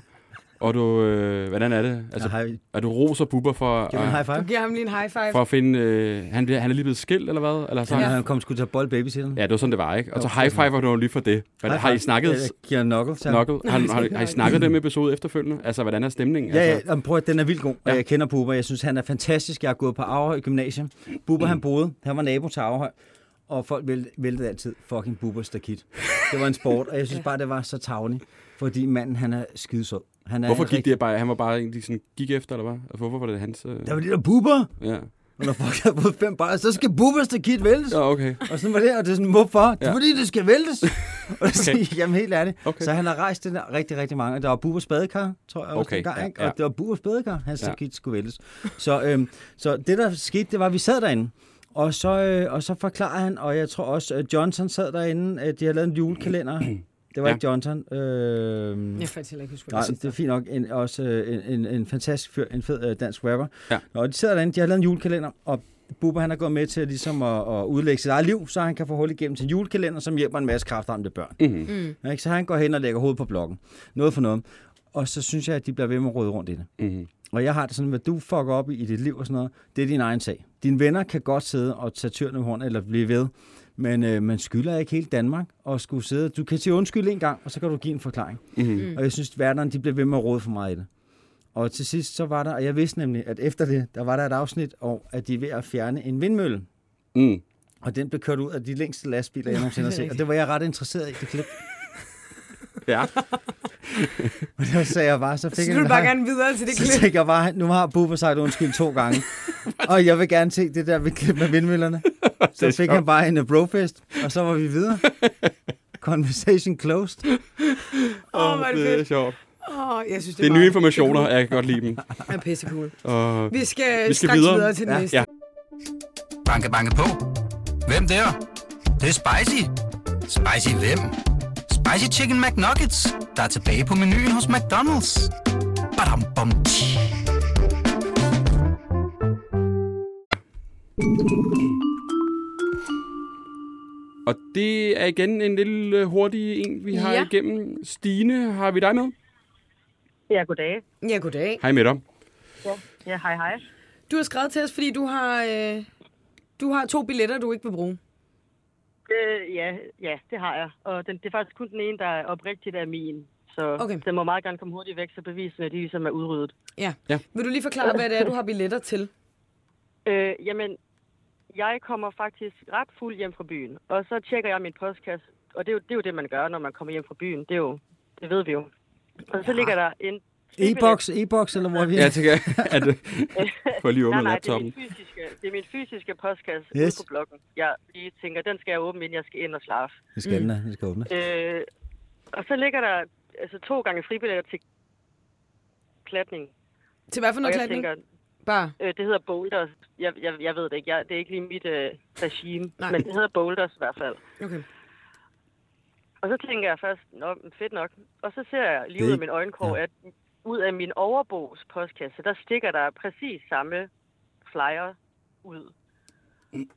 B: Og du, øh, hvordan er det?
D: Altså,
B: Altså,
D: har, giv
B: er du roser Bubber for,
D: mig en
B: at-
D: high
C: Du
D: five.
C: giver ham lige en high five.
B: for at finde... Øh, han, bliver- han er lige blevet skilt, eller hvad? Eller så,
D: Ja.
B: ja.
D: Han kom sgu til at bolle babysitteren.
B: ja, det var sådan, det var, ikke? Og så high-fiver du ham lige for det. Hvordan, har I snakket?
D: Jeg giver knuckle. til ham.
B: Knuckle? Har, har, har I snakket dem episode efterfølgende? Altså, hvordan er stemningen?
D: Ja, ja,
B: altså,
D: jamen, prøv at den er vildt god, og
B: Ja.
D: jeg kender Bubber. Jeg synes, han er fantastisk. Jeg har gået på Aarhus Gymnasium. Bubber,
B: Mm.
D: han boede. Han var nabo til Aarhus. Og folk vælt- væltede altid fucking Bubber stakit. Det var en sport, og jeg synes bare, det var så tavligt. Fordi manden, han er skidesød. Han er
B: Hvorfor
D: en
B: gik
D: rigtig-
B: det bare? Han var bare egentlig sådan, gik efter, eller hvad? Altså, hvorfor var det hans... Øh,
D: Der var det der Bubber!
B: ja.
D: Og når folk har fået fem bajer, så skal Bubber stakit væltes.
B: ja, okay.
D: Og sådan var det, og det er sådan, hvorfor? Det
B: Ja.
D: er fordi, det skal
B: [laughs]
D: væltes. Og så
B: Okay.
D: okay. jamen helt ærligt.
B: Okay.
D: Okay. Så han har rejst den der rigtig, rigtig mange. Og Der var Bubers badekar, tror jeg også
B: Okay,
D: dengang,
B: ja,
D: ikke?
B: ja.
D: Og det var Bubers badekar, han
B: Ja.
D: ja. skulle væltes. Så, øhm, så det, der skete, det var, at vi sad derinde. Og så, øh, og så forklarede han, og jeg tror også, at Johnson sad derinde. Øh, de havde lavet en
B: [clears throat]
D: julekalender. Det var
B: Ja.
D: ja. ikke Johnson. Øh,
C: Jeg fandt heller ikke huske,
D: Nej, det er fint nok. En, også øh, en, en, en fantastisk fyr, en fed øh, dansk rapper.
B: Ja.
D: Nå, de sidder derinde, de har lavet en julekalender, og Bubber han er gået med til ligesom at, at udlægge sit eget liv, så han kan få hul igennem til en julekalender, som hjælper en masse kraftarmte børn.
B: Mhm.
D: Mm-hmm. Ja, ikke? Så han går hen og lægger hovedet på blokken. Noget for noget. Og så synes jeg, at de bliver ved med at rode rundt i det.
B: Mm-hmm.
D: Og jeg har det sådan, hvad du fucker op i, i dit liv og sådan noget, det er din egen sag. Dine venner kan godt sidde og tage tyren med hånden eller blive ved, men øh, man skylder ikke hele Danmark og skulle sidde. Du kan sige undskyld en gang, og så kan du give en forklaring.
C: Mm.
B: Mm-hmm.
D: Og jeg synes, at værterne de blev ved med at råde for meget i det. Og til sidst så var der, og jeg vidste nemlig, at efter det, der var der et afsnit om, at de er ved at fjerne en vindmølle.
B: Mm.
D: Og den blev kørt ud af de længste lastbiler, jeg nogensinde har set. Og det var jeg ret interesseret i, det klip. [laughs]
B: Ja.
D: Og der sagde jeg bare, så
C: Så
D: fik jeg
C: du
D: en
C: bare
D: hej-
C: gerne videre til det
D: så
C: klip.
D: tænkte jeg bare, nu har Bubber sagt undskyld to
F: [laughs]
D: gange. og jeg vil gerne se det der ved klip med vindmøllerne. Så fik han bare en øh, brofest, og så var vi videre.
F: [laughs]
D: Conversation closed.
C: Åh, hvor er det
B: det er
C: fedt.
B: øh, sjovt.
C: Åh, jeg synes, det,
B: Det er
C: meget-
B: nye informationer, og jeg kan godt lide dem.
C: Det er pisse cool.
B: Og
C: Vi skal,
B: Vi skal
C: straks
B: videre.
C: videre, til den
D: Ja.
C: næste.
B: Ja.
A: Banke, banke på. Hvem der? Det, det er spicy. Spicy hvem? Spicy Chicken McNuggets, der er tilbage på menuen hos McDonald's. Badum, bom, tji.
B: Og det er igen en lille øh, hurtig en, vi har
C: Ja.
B: igennem. Stine, har vi dig med?
E: Ja, goddag.
C: Ja, goddag.
B: Hej med dig.
E: Ja, hej hej.
C: Du har skrevet til os, fordi du har, øh, du har to billetter, du ikke vil bruge.
F: det, ja, ja, det har jeg. Og den, det er faktisk kun den ene, der er oprigtigt er min. Så
C: Okay.
F: okay. den må meget gerne komme hurtigt væk, så bevisene de ligesom er udryddet.
C: Ja.
B: Ja.
C: Vil du lige forklare, hvad det er, du har billetter til?
F: Øh, jamen, jeg kommer faktisk ret fuld hjem fra byen, og så tjekker jeg min postkasse. Og det er, jo, det er jo det, man gør, når man kommer hjem fra byen. Det, er jo, det ved vi jo. Og så ja. ligger der en...
D: E-boks, e-boks, eller hvor er vi?
B: Ja, jeg
C: [laughs]
B: tænker, at
C: øh,
B: for lige
F: Nej,
B: åbne
F: nej, det er,
B: laptoppen.
F: min fysiske, det er min fysiske postkasse yes.
D: Yes.
F: ude på blokken. Jeg lige tænker, den skal jeg åbne, inden jeg skal ind og slaffe.
D: Vi skal åbne, vi skal åbne.
F: Øh, og så ligger der altså, to gange fribilletter til klatning.
C: Til hvad for
F: Og
C: noget
F: jeg
C: klatning?
F: tænker,
C: Bare.
F: øh, det hedder boulders. Jeg, jeg, jeg ved det ikke. Jeg, det er ikke lige mit øh, regime.
C: Nej.
F: Nej. Men det hedder boulders i hvert fald.
C: Okay.
F: Og så tænker jeg først, nå, men fedt nok. Og så ser jeg lige
D: Det er
F: ud af
D: ikke-
F: min øjenkrog,
D: ja.
F: ja. at ud af min overbogs postkasse, der stikker der præcis samme flyer ud.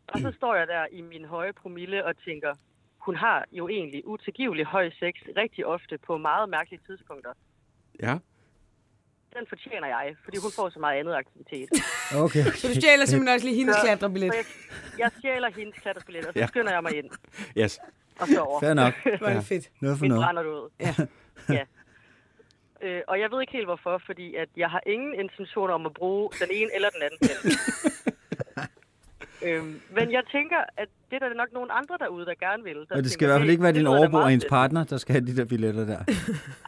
F: Og så står jeg der i min høje promille og tænker, hun har jo egentlig utilgivelig høj sex rigtig ofte på meget mærkelige tidspunkter.
B: Ja.
F: Den fortjener jeg, fordi hun får så meget andet
D: [laughs]
F: aktivitet. [laughs]
D: Okay,
C: Så du
D: okay.
C: stjæler simpelthen også lige hendes
F: Så-
C: klatrebillet.
F: Så jeg, jeg stjæler hendes klatterbillet, og så
B: Ja.
F: ja. skynder jeg mig ind
B: Yes.
F: og sover.
D: Fair nok.
C: Hvor er det fedt.
D: Noget for
F: Mit
D: noget.
F: brænder du ud.
C: Ja.
F: [laughs] ja. Øh, og jeg ved ikke helt hvorfor, fordi at jeg har ingen intentioner om at bruge den ene eller den anden.
D: [laughs]
F: pen. øhm, men jeg tænker, at det er der nok nogen andre derude, der gerne vil. Der
D: Og det skal i
F: tænker,
D: hvert fald
F: "Hey,
D: ikke være
F: det
D: din
F: lyder da
D: overbo og
F: meget
D: hendes
F: fedt."
D: partner, der skal have de der billetter der.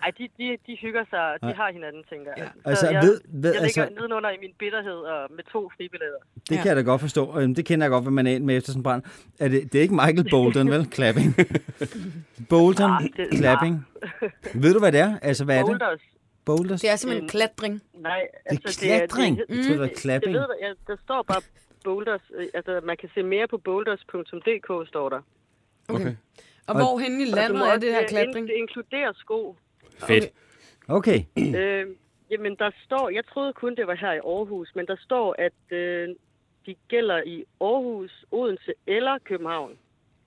F: Ej, de, de, de hygger sig, og de har hinanden, tænker jeg. Ja.
D: Altså,
F: jeg,
D: ved- ved-
F: jeg ligger
D: altså-
F: nedenunder i min bitterhed og med to fribilletter.
D: Det kan jeg da godt forstå. og, øhm, Det kender jeg godt, hvad man er ind med efter sådan en brand. Er det, det er ikke Michael Bolton, vel?
F: [laughs]
D: Clapping. Bolton,
F: Ah, det-
D: clapping. Ved du, hvad det er? Altså, hvad er det?
F: Boulders.
D: Boulders?
C: Det er simpelthen
F: Mm.
C: klatring.
F: Nej,
D: Det er
F: altså,
D: klatring.
F: Det, det,
D: Jeg troede, det var clapping.
F: Jeg ved, jeg, der står bare boulders. øh, Altså, man kan se mere på boulders.dk, står der.
B: Okay.
C: Og hvor henne i
F: Og du må
C: landet er det
F: også,
C: her
F: øh,
C: klatring?
F: ind- Det inkluderer sko.
B: Fedt.
D: Okay.
B: Mm.
F: øh, jamen, der står... Jeg troede kun, det var her i Aarhus, men der står, at øh, de gælder i Aarhus, Odense eller København.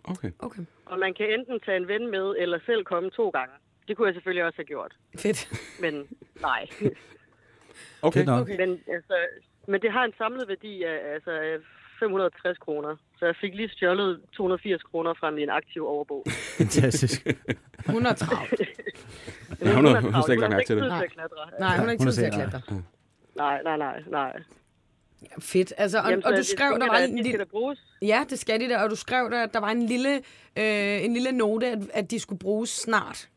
B: Okay.
C: Okay.
F: Og man kan enten tage en ven med, eller selv komme to gange. Det kunne jeg selvfølgelig også have gjort,
C: Fedt. [laughs]
F: men nej.
B: Okay.
D: Fedt nok.
C: Okay.
F: [laughs] men, altså, men det har en samlet værdi af altså, af 560 kroner. Så jeg fik lige stjålet 280 kroner fra min aktiv overbog.
D: Fantastisk.
C: Hun er
F: [laughs]
C: travlt.
B: [laughs] Ja, hun har hun har slet ikke
F: Hun
B: lagt
F: har
B: mærke til
F: ikke
B: det.
F: tid til
C: det.
F: at klatre.
C: Nej, hun har ikke
D: Hun
C: tid
D: er
C: til at
D: sikker.
C: klatre.
F: Nej, nej, nej, nej.
C: Fedt. Altså, og, og
F: så
C: du
F: det
C: skrev,
F: skal
C: der
F: da-
C: var en
F: det skal
C: lille...
F: da bruges.
C: Ja, det skal de der. Og du skrev der, at der var en lille, øh, en lille note, at, at de skulle bruges snart.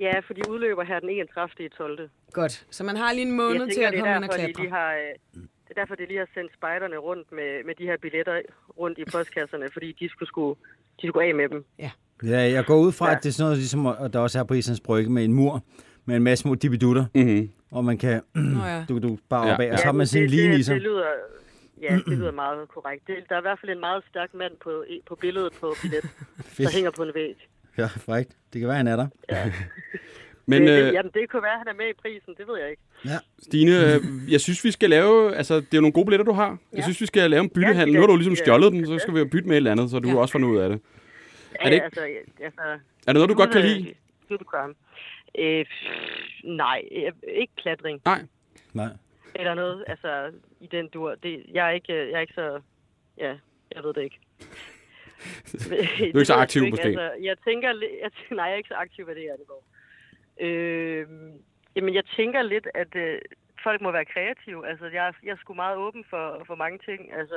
F: Ja, for de udløber her den 31. i 12. Jeg
C: Godt. Så man har lige en måned til at
F: det er
C: komme ind og
F: derfor, de
C: klatre.
F: lige har, øh, det er derfor, de lige har sendt spejderne rundt med, med de her billetter rundt i postkasserne, fordi de skulle, skulle, de skulle af med dem.
D: Ja, jeg går ud fra,
F: Ja.
D: at det er sådan noget, ligesom, og der også er på Islands Brygge med en mur med en masse små dibidutter,
B: Mhm.
D: og man kan
C: Nå ja.
D: [clears throat] du, du bare
B: Ja.
D: op af, og så
F: Mm-hmm. Ja,
D: har man
F: men
D: sådan en
F: det-
D: lige
F: det,
D: ligesom.
F: Det lyder, ja, det
B: [clears throat]
F: lyder meget korrekt. Det, der er i hvert fald en meget stærk mand på, e- på billedet på
B: [laughs]
F: billetten, der hænger på en væg.
D: Ja, frækt. Det kan være, han er der.
B: Men
F: det, det,
B: øh,
F: jamen, det kunne være, at han er med i prisen, det ved jeg ikke.
B: Stine, øh, jeg synes, vi skal lave... Altså, det er jo nogle gode billetter, du har. Jeg synes, vi skal lave en byttehandel.
F: Ja,
B: Nu har du ligesom
F: ja.
B: stjålet dem, så skal vi jo bytte med et eller andet, så du
C: Ja.
B: også får noget ud af det.
F: Ja,
B: Er det ikke-
F: Altså, ja, altså,
B: Er det noget, du godt kan lide?
F: Supercram. Øh, pff, nej, øh, ikke klatring
B: Nej.
D: Nej.
F: eller noget. Altså, i den dur. Det, jeg, er ikke, øh, jeg er ikke så... Ja, jeg ved det
B: [laughs]
F: ikke. du [laughs]
B: ikke så aktiv måske.
F: Altså, jeg tænker lidt... [laughs] Jeg, tæ- nej, jeg er ikke så aktiv, hvad det er, det går. Øh, jamen, jeg tænker lidt, at øh, folk må være kreative. Altså, jeg, er- jeg er sgu meget åben for, for mange ting. Altså,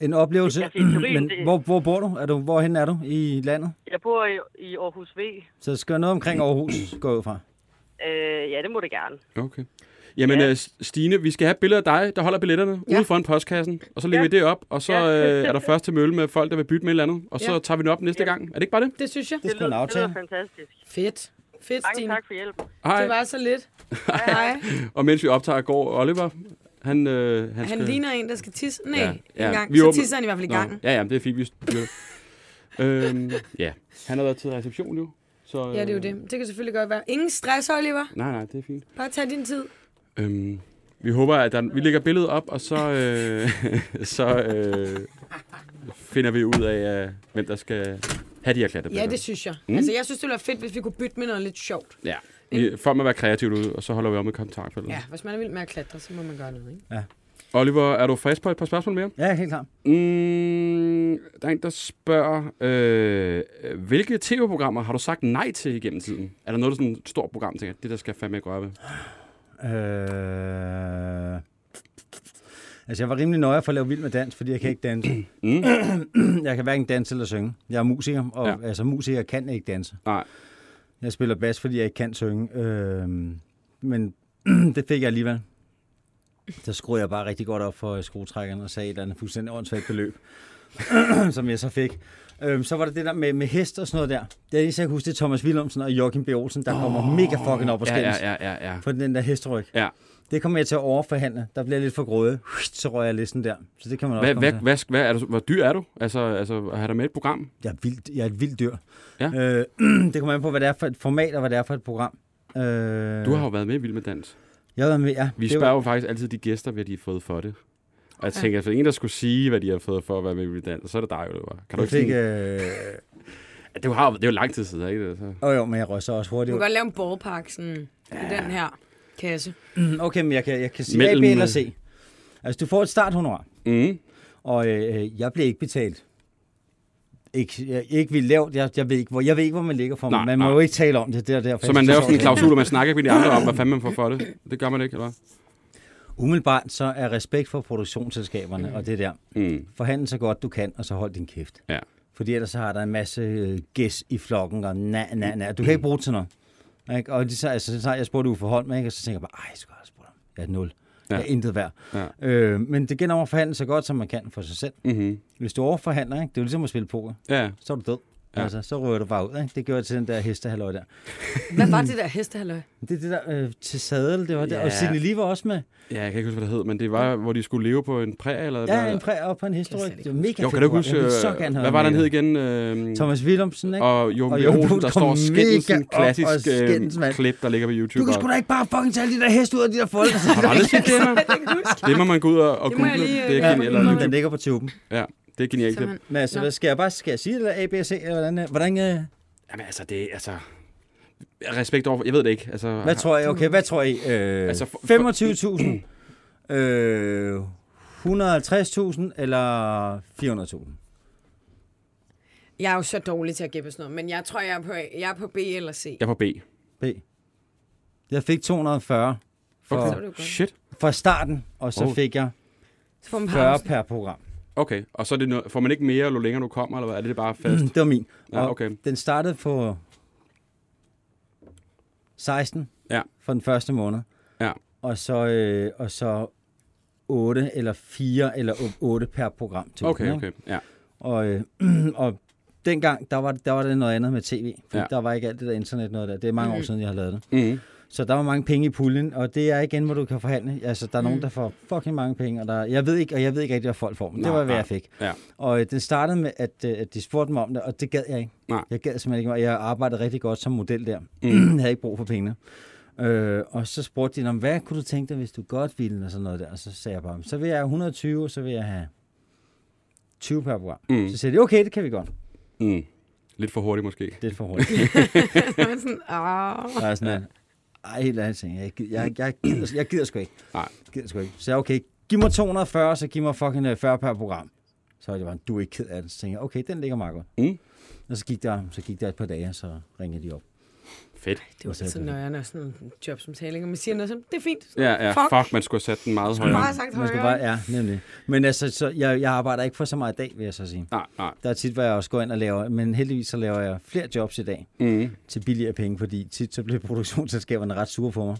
D: En oplevelse.
F: Jeg siger, Turin,
D: Men
F: det-
D: hvor, hvor bor du? Er du? Hvorhen er du i landet?
F: jeg bor i, i Aarhus V.
D: Så det skal være noget omkring
F: Mm.
D: Aarhus, går jeg ud fra.
F: Øh, ja, det må det gerne.
B: Okay. Jamen,
F: Ja.
B: ja. Stine, vi skal have et billede af dig, der holder billetterne ja.
C: Ja.
B: ude foran postkassen, og så lægger ja. vi det op, og så
F: Ja.
B: øh, er der først til mølle med folk, der vil bytte med et eller andet, og så
C: Ja.
B: tager vi det op næste gang. Er det ikke bare det?
C: Det synes jeg.
D: Det er sgu en
F: lyder, det lyder
D: aftale.
F: fantastisk.
C: Fedt. Fedt,
F: Mange
C: Stine.
F: tak for hjælpen.
B: Hej.
C: Det var så lidt. Hej.
B: Og mens vi optager, går Oliver. Han, øh, han,
C: Han
B: skal...
C: ligner en, der skal tisse. Nej, ja, ja.
B: ja.
C: en gang.
B: Vi
C: så
B: åbner-
C: tisser han i hvert fald i
B: Nå,
C: gang.
B: Ja, ja, det er fint. Vi styrer det. øhm, ja. Han har været til reception jo. Så, øh,
C: Ja, det er jo det. Det kan selvfølgelig godt være. Ingen stress, Oliver.
B: Nej, nej, det er fint.
C: Bare tag din tid.
B: Øhm, vi håber, at der, vi lægger billedet op, og så, øh, [laughs] så øh, finder vi ud af, øh, hvem der skal have de her klattebilletter.
C: Ja, det synes jeg. Mm. Altså, jeg synes, det ville være fedt, hvis vi kunne bytte med noget lidt sjovt.
B: Ja. Vi, folk må være kreative ud, og så holder vi om med kontaktfeltet.
C: Ja, hvis man er vild med at klatre, så må man gøre noget, ikke?
B: Oliver, er du frisk på et par spørgsmål mere?
D: Ja, helt klart.
B: Mm, en, der, er en, der spørger, øh, hvilke tv-programmer har du sagt nej til igennem tiden? Er der noget, der sådan et stort program, tænker jeg, det der skal jeg fandme ikke røre ved?
D: Øh... Altså, jeg var rimelig nøje for at lave vild med dans, fordi jeg kan ikke danse.
B: Mm.
D: [clears throat] Jeg kan hverken danse eller synge. Jeg er musiker, og ja.
B: Ja.
D: altså, musikere kan ikke danse.
B: Nej.
D: Jeg spiller bas, fordi jeg ikke kan synge. Øh... Men [clears throat] det fik jeg alligevel. Så skruede jeg bare rigtig godt op for øh, skruetrækkeren og sagde et eller andet fuldstændig åndssvagt beløb, [clears throat] som jeg så fik. Øhm, så var der det der med, med hest og sådan noget der. Det er lige så jeg kan huske, det er Thomas Willumsen og Joachim B. Olsen, der oh, kommer mega fucking op og
B: Ja,
D: skændes
B: ja, ja, ja, ja.
D: på den der hesteryg.
B: ja.
D: Det kommer jeg til at overforhandle. Der bliver jeg lidt for grøde. Så rører jeg listen der. Så det kan man også
B: Hvad,
D: komme
B: hvad,
D: til.
B: hvad, hvad, er du, hvor dyr er du? Altså, altså har du med i et program?
D: Jeg, er vildt, jeg er et vildt dyr.
B: Ja.
D: Øh, [clears throat] det kommer an på, hvad det er for et format, og hvad det er for et program. Øh,
B: Du har jo været med i Vild med Dans.
D: Jeg har været med, ja.
B: Vi
D: Det var-
B: spørger jo faktisk altid de gæster, hvad de har fået for det. Og jeg tænker, hvis der er en, der skulle sige, hvad de har fået for at være med i Vild med Dans, så er det dig, jo. det var. Kan du
D: Jeg
B: ikke
D: fik...
B: sådan,
D: Øh,
B: det, er jo, har- det er jo lang tid siden, ikke? Altså. det? Så.
D: oh, jo, men jeg røg så også
C: Du
D: hurtigt.
C: kan
D: ud.
C: godt lave en ballpark sådan, ja. i den her kasse.
D: Mm, Okay, men jeg kan, jeg kan sige
B: Mellem-
D: A, B eller C. Altså, du får et starthonorar,
B: Mm.
D: og øh, øh, jeg bliver ikke betalt. Ikke, jeg, ikke vildt lavt. Jeg, jeg, ved ikke, hvor, jeg ved ikke, hvor man ligger for mig.
B: Nej,
D: Man må
B: nej.
D: jo ikke tale om det. det er derfor,
B: Så
D: jeg
B: man
D: synes,
B: laver
D: det
B: sådan en
D: er
B: klausul, og man snakker ikke med de andre om, hvad fanden man får for det. Det gør man ikke, eller
D: Umiddelbart så er respekt for produktionsselskaberne og det der.
B: Mm.
D: Forhandle så godt du kan, og så hold din kæft.
B: Ja.
D: Fordi ellers så har der en masse øh, gæs i flokken, og na, na, na. Du kan ikke bruge det til noget. Ikke? Og det, så, altså, så har jeg spurgt Uffe Holm, ikke? og så tænker jeg bare, ej, jeg skal også spurgt ham. Jeg er nul. Ja. Jeg er intet værd.
B: Ja.
D: Øh, men det gælder om at forhandle så godt, som man kan for sig selv.
B: Mm-hmm.
D: Hvis du overforhandler, ikke? det er jo ligesom at spille poker,
B: Ja,
D: så er du død. Ja.
B: Ja.
D: Altså, så rører du bare ud. Ikke? Det gjorde jeg til den der hestehalløj der.
C: Hvad var det der hestehalløj?
D: Det er det der øh, til sadel, det var der.
B: Ja.
D: Og Signe Lee var også med.
B: Ja, jeg kan ikke huske, hvad det hed, men det var, hvor de skulle leve på en præ, eller
D: Ja, en præ op på en hesteryg.
C: ikke
D: Det var mega fedt.
B: Jo, kan du ikke huske,
D: program. Jeg ville
B: øh,
D: så gerne have
B: hvad
D: været
B: var den
D: med i
B: hed
D: det.
B: igen? Øhm,
D: Thomas Willumsen, ikke?
B: og Jo
D: Og
B: og
D: Johan
B: Olsen,
D: Olsen
B: der står
D: kom
B: skændes
D: mega
B: en
D: op og
B: klassisk øh,
D: skændes, mand.
B: klip, der ligger på YouTube.
D: Du kan
B: og-
D: sgu da ikke bare fucking tage alle de der heste ud af de der folk.
B: Har du aldrig set [laughs] det, Emma? Det må man gå ud og, og
C: Det må jeg
B: google.
C: lige, øh,
B: det er
C: Ja.
B: genialt.
C: eller-
D: den ligger på tuben.
B: Ja, det er genialt. klip.
C: Simpelthen.
D: Men altså,
C: Nå.
D: hvad skal jeg bare skal jeg sige det, eller A, B og C? Eller hvordan, øh, hvordan, øh,
B: Jamen altså, det er altså... Respekt over... Jeg ved det ikke. Altså,
D: hvad tror I? Okay, hvad tror I? Øh,
B: Altså,
D: altså,
B: for-
D: 25.000, øh, 150.000 eller 400.000?
C: Jeg er jo så dårlig til at gætte på sådan noget, men jeg tror, jeg er på, jeg er på B eller C.
B: Jeg er på B.
D: B. Jeg fik 240 for,
C: Så er
D: okay.
C: det jo godt.
B: Shit.
D: fra starten, og så
B: Oh.
D: fik jeg
C: Så får man
D: 40
C: pausen.
D: per program.
B: Okay, og så er det noget, får man ikke mere, jo længere du kommer, eller hvad? Er det bare fast?
D: Mm, Det var min.
B: Ja,
D: Og
B: okay.
D: Den startede på 16
B: Ja.
D: for den første måned.
B: Ja.
D: Og så, øh, og så 8 eller 4 eller 8 per program. Til
B: Okay,
D: ugen, ikke?
B: okay. Ja.
D: Og, øh, [clears throat] og dengang, der var, der var det noget andet med tv. For ja.
B: Ja.
D: der var ikke alt det der internet noget der. Det er mange år siden, jeg har lavet det.
B: Mm.
D: Så der var mange penge i puljen, og det er igen, hvor du kan forhandle. Altså, der er nogen, der får fucking mange penge, og der, jeg ved ikke, og jeg ved ikke rigtig, hvad folk får, men det
B: Nej,
D: var, hvad
B: nej.
D: jeg fik.
B: Ja.
D: Og øh, den startede med, at, øh, at de spurgte mig om det, og det gad jeg ikke.
B: Nej.
D: Jeg gad simpelthen ikke, og jeg arbejdede rigtig godt som model der. Mm. [clears throat] jeg havde ikke brug for penge. Øh, og så spurgte de, "Nå, hvad kunne du tænke dig, hvis du godt ville, og sådan noget der. Og så sagde jeg bare, så vil jeg have 120, og så vil jeg have 20 per program. Mm. Så sagde de, okay, det kan vi godt.
B: Mm. Lidt for hurtigt måske.
D: Det er for hurtigt.
C: Så er man sådan, "Åh."
D: Og jeg er sådan, ja. ej, helt ærligt, tænker jeg, jeg, gider- jeg, jeg, gider, jeg gider sgu ikke.
B: Nej.
D: Jeg gider sgu ikke. Så jeg, okay, giv mig 240, så giv mig fucking øh, 40 per program. Så var det bare, du er ikke ked af det. Så tænkte jeg, okay, den ligger meget godt.
B: Mm.
D: Og så gik, der, så gik der et par dage, og så ringede de op.
B: Fedt.
C: Det var altid nøjerne og sådan en jobsamtale, og man siger noget som, det er fint.
B: Ja, ja.
C: Fuck.
B: Fuck, Fuck man skulle have sat den meget højere.
C: Bare sagt
D: Man skal
C: højere.
D: bare, ja, nemlig. Men altså, så, jeg, jeg arbejder ikke for så meget i dag, vil jeg så sige.
B: Nej, nej.
D: Der er tit, hvor jeg også går ind og laver, men heldigvis så laver jeg flere jobs i dag
B: Mm.
D: til billigere penge, fordi tit så blev produktionsselskaberne ret sure på
B: [laughs]
D: mig.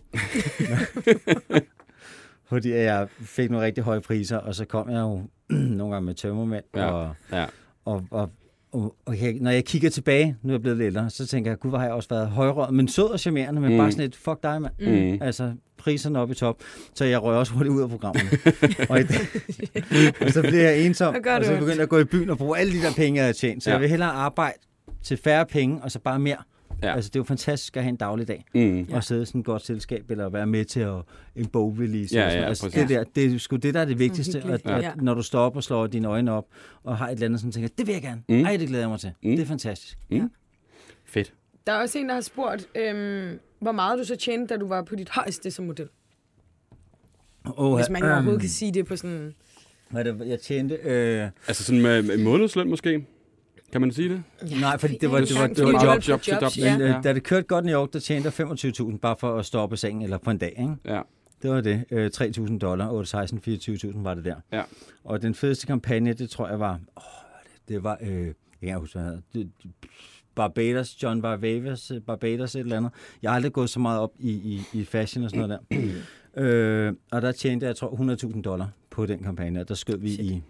D: fordi jeg fik nogle rigtig høje priser, og så kom jeg jo [clears throat] nogle gange med tømmermænd.
B: Ja.
D: Og,
B: Ja.
D: og, og, og, og jeg, når jeg kigger tilbage, nu er jeg blevet lidt ældre, så tænker jeg, gud, hvor har jeg også været højrød, men sød og charmerende, men mm.
B: Mm.
D: bare sådan et, fuck dig, mand.
B: Mm.
D: Altså, priserne op i top. Så jeg røg også hurtigt ud af
B: [laughs]
D: programmerne. og, i og så bliver jeg ensom,
C: Hvad gør
D: og så
C: du?
D: begyndte jeg at gå i byen og bruge alle de der penge, jeg havde tjent. Så ja.
B: Ja.
D: jeg vil hellere arbejde til færre penge, og så bare mere. Ja.
B: Ja.
D: Altså, det er jo fantastisk at have en dagligdag.
B: Mm.
D: Ja. Og sidde i sådan et godt selskab, eller være med til at, en bogrelease.
B: Ja,
D: eller sådan
B: ja,
D: noget. altså,
B: præcis.
D: det, der, det er sgu det, der er det vigtigste.
C: hyggeligt.
D: At, at,
C: Ja.
D: Når du står op og slår dine øjne op, og har et eller andet, sådan tænker, det vil jeg gerne. Mm. Ej, det glæder jeg mig til. Mm. Det er fantastisk.
B: Fedt.
C: Der er også en, der har spurgt, øhm, hvor meget du så tjente, da du var på dit højeste som model.
D: Oh,
C: Hvis man øhm. overhovedet kan sige det på sådan
D: øhm, Hvad er det, jeg tjente? Øh,
B: Altså sådan med, med månedsløn måske? Kan man sige det?
D: nej, fordi det var, det var,
C: Ja,
D: det
B: var
D: var
B: job,
D: job.
B: job til job.
C: Ja.
D: Men øh, da det kørte godt i New York, der tjente jeg 25.000 bare for at stå op i sengen eller på en dag. Ikke?
B: Ja.
D: Det var det. Øh, 3.000 dollar, 8, 16, 24.000 var det der.
B: Ja.
D: Og den fedeste kampagne, det tror jeg var... Åh, hvad var det? det var... Øh, jeg kan ikke huske, hvad han hed. Det- det- Barbados, John Barbados, øh, Barbados et eller andet. Jeg har aldrig gået så meget op i, i, i fashion og sådan noget der. øh, og der tjente jeg, jeg tror, 100.000 dollar på den kampagne, og der skød vi i...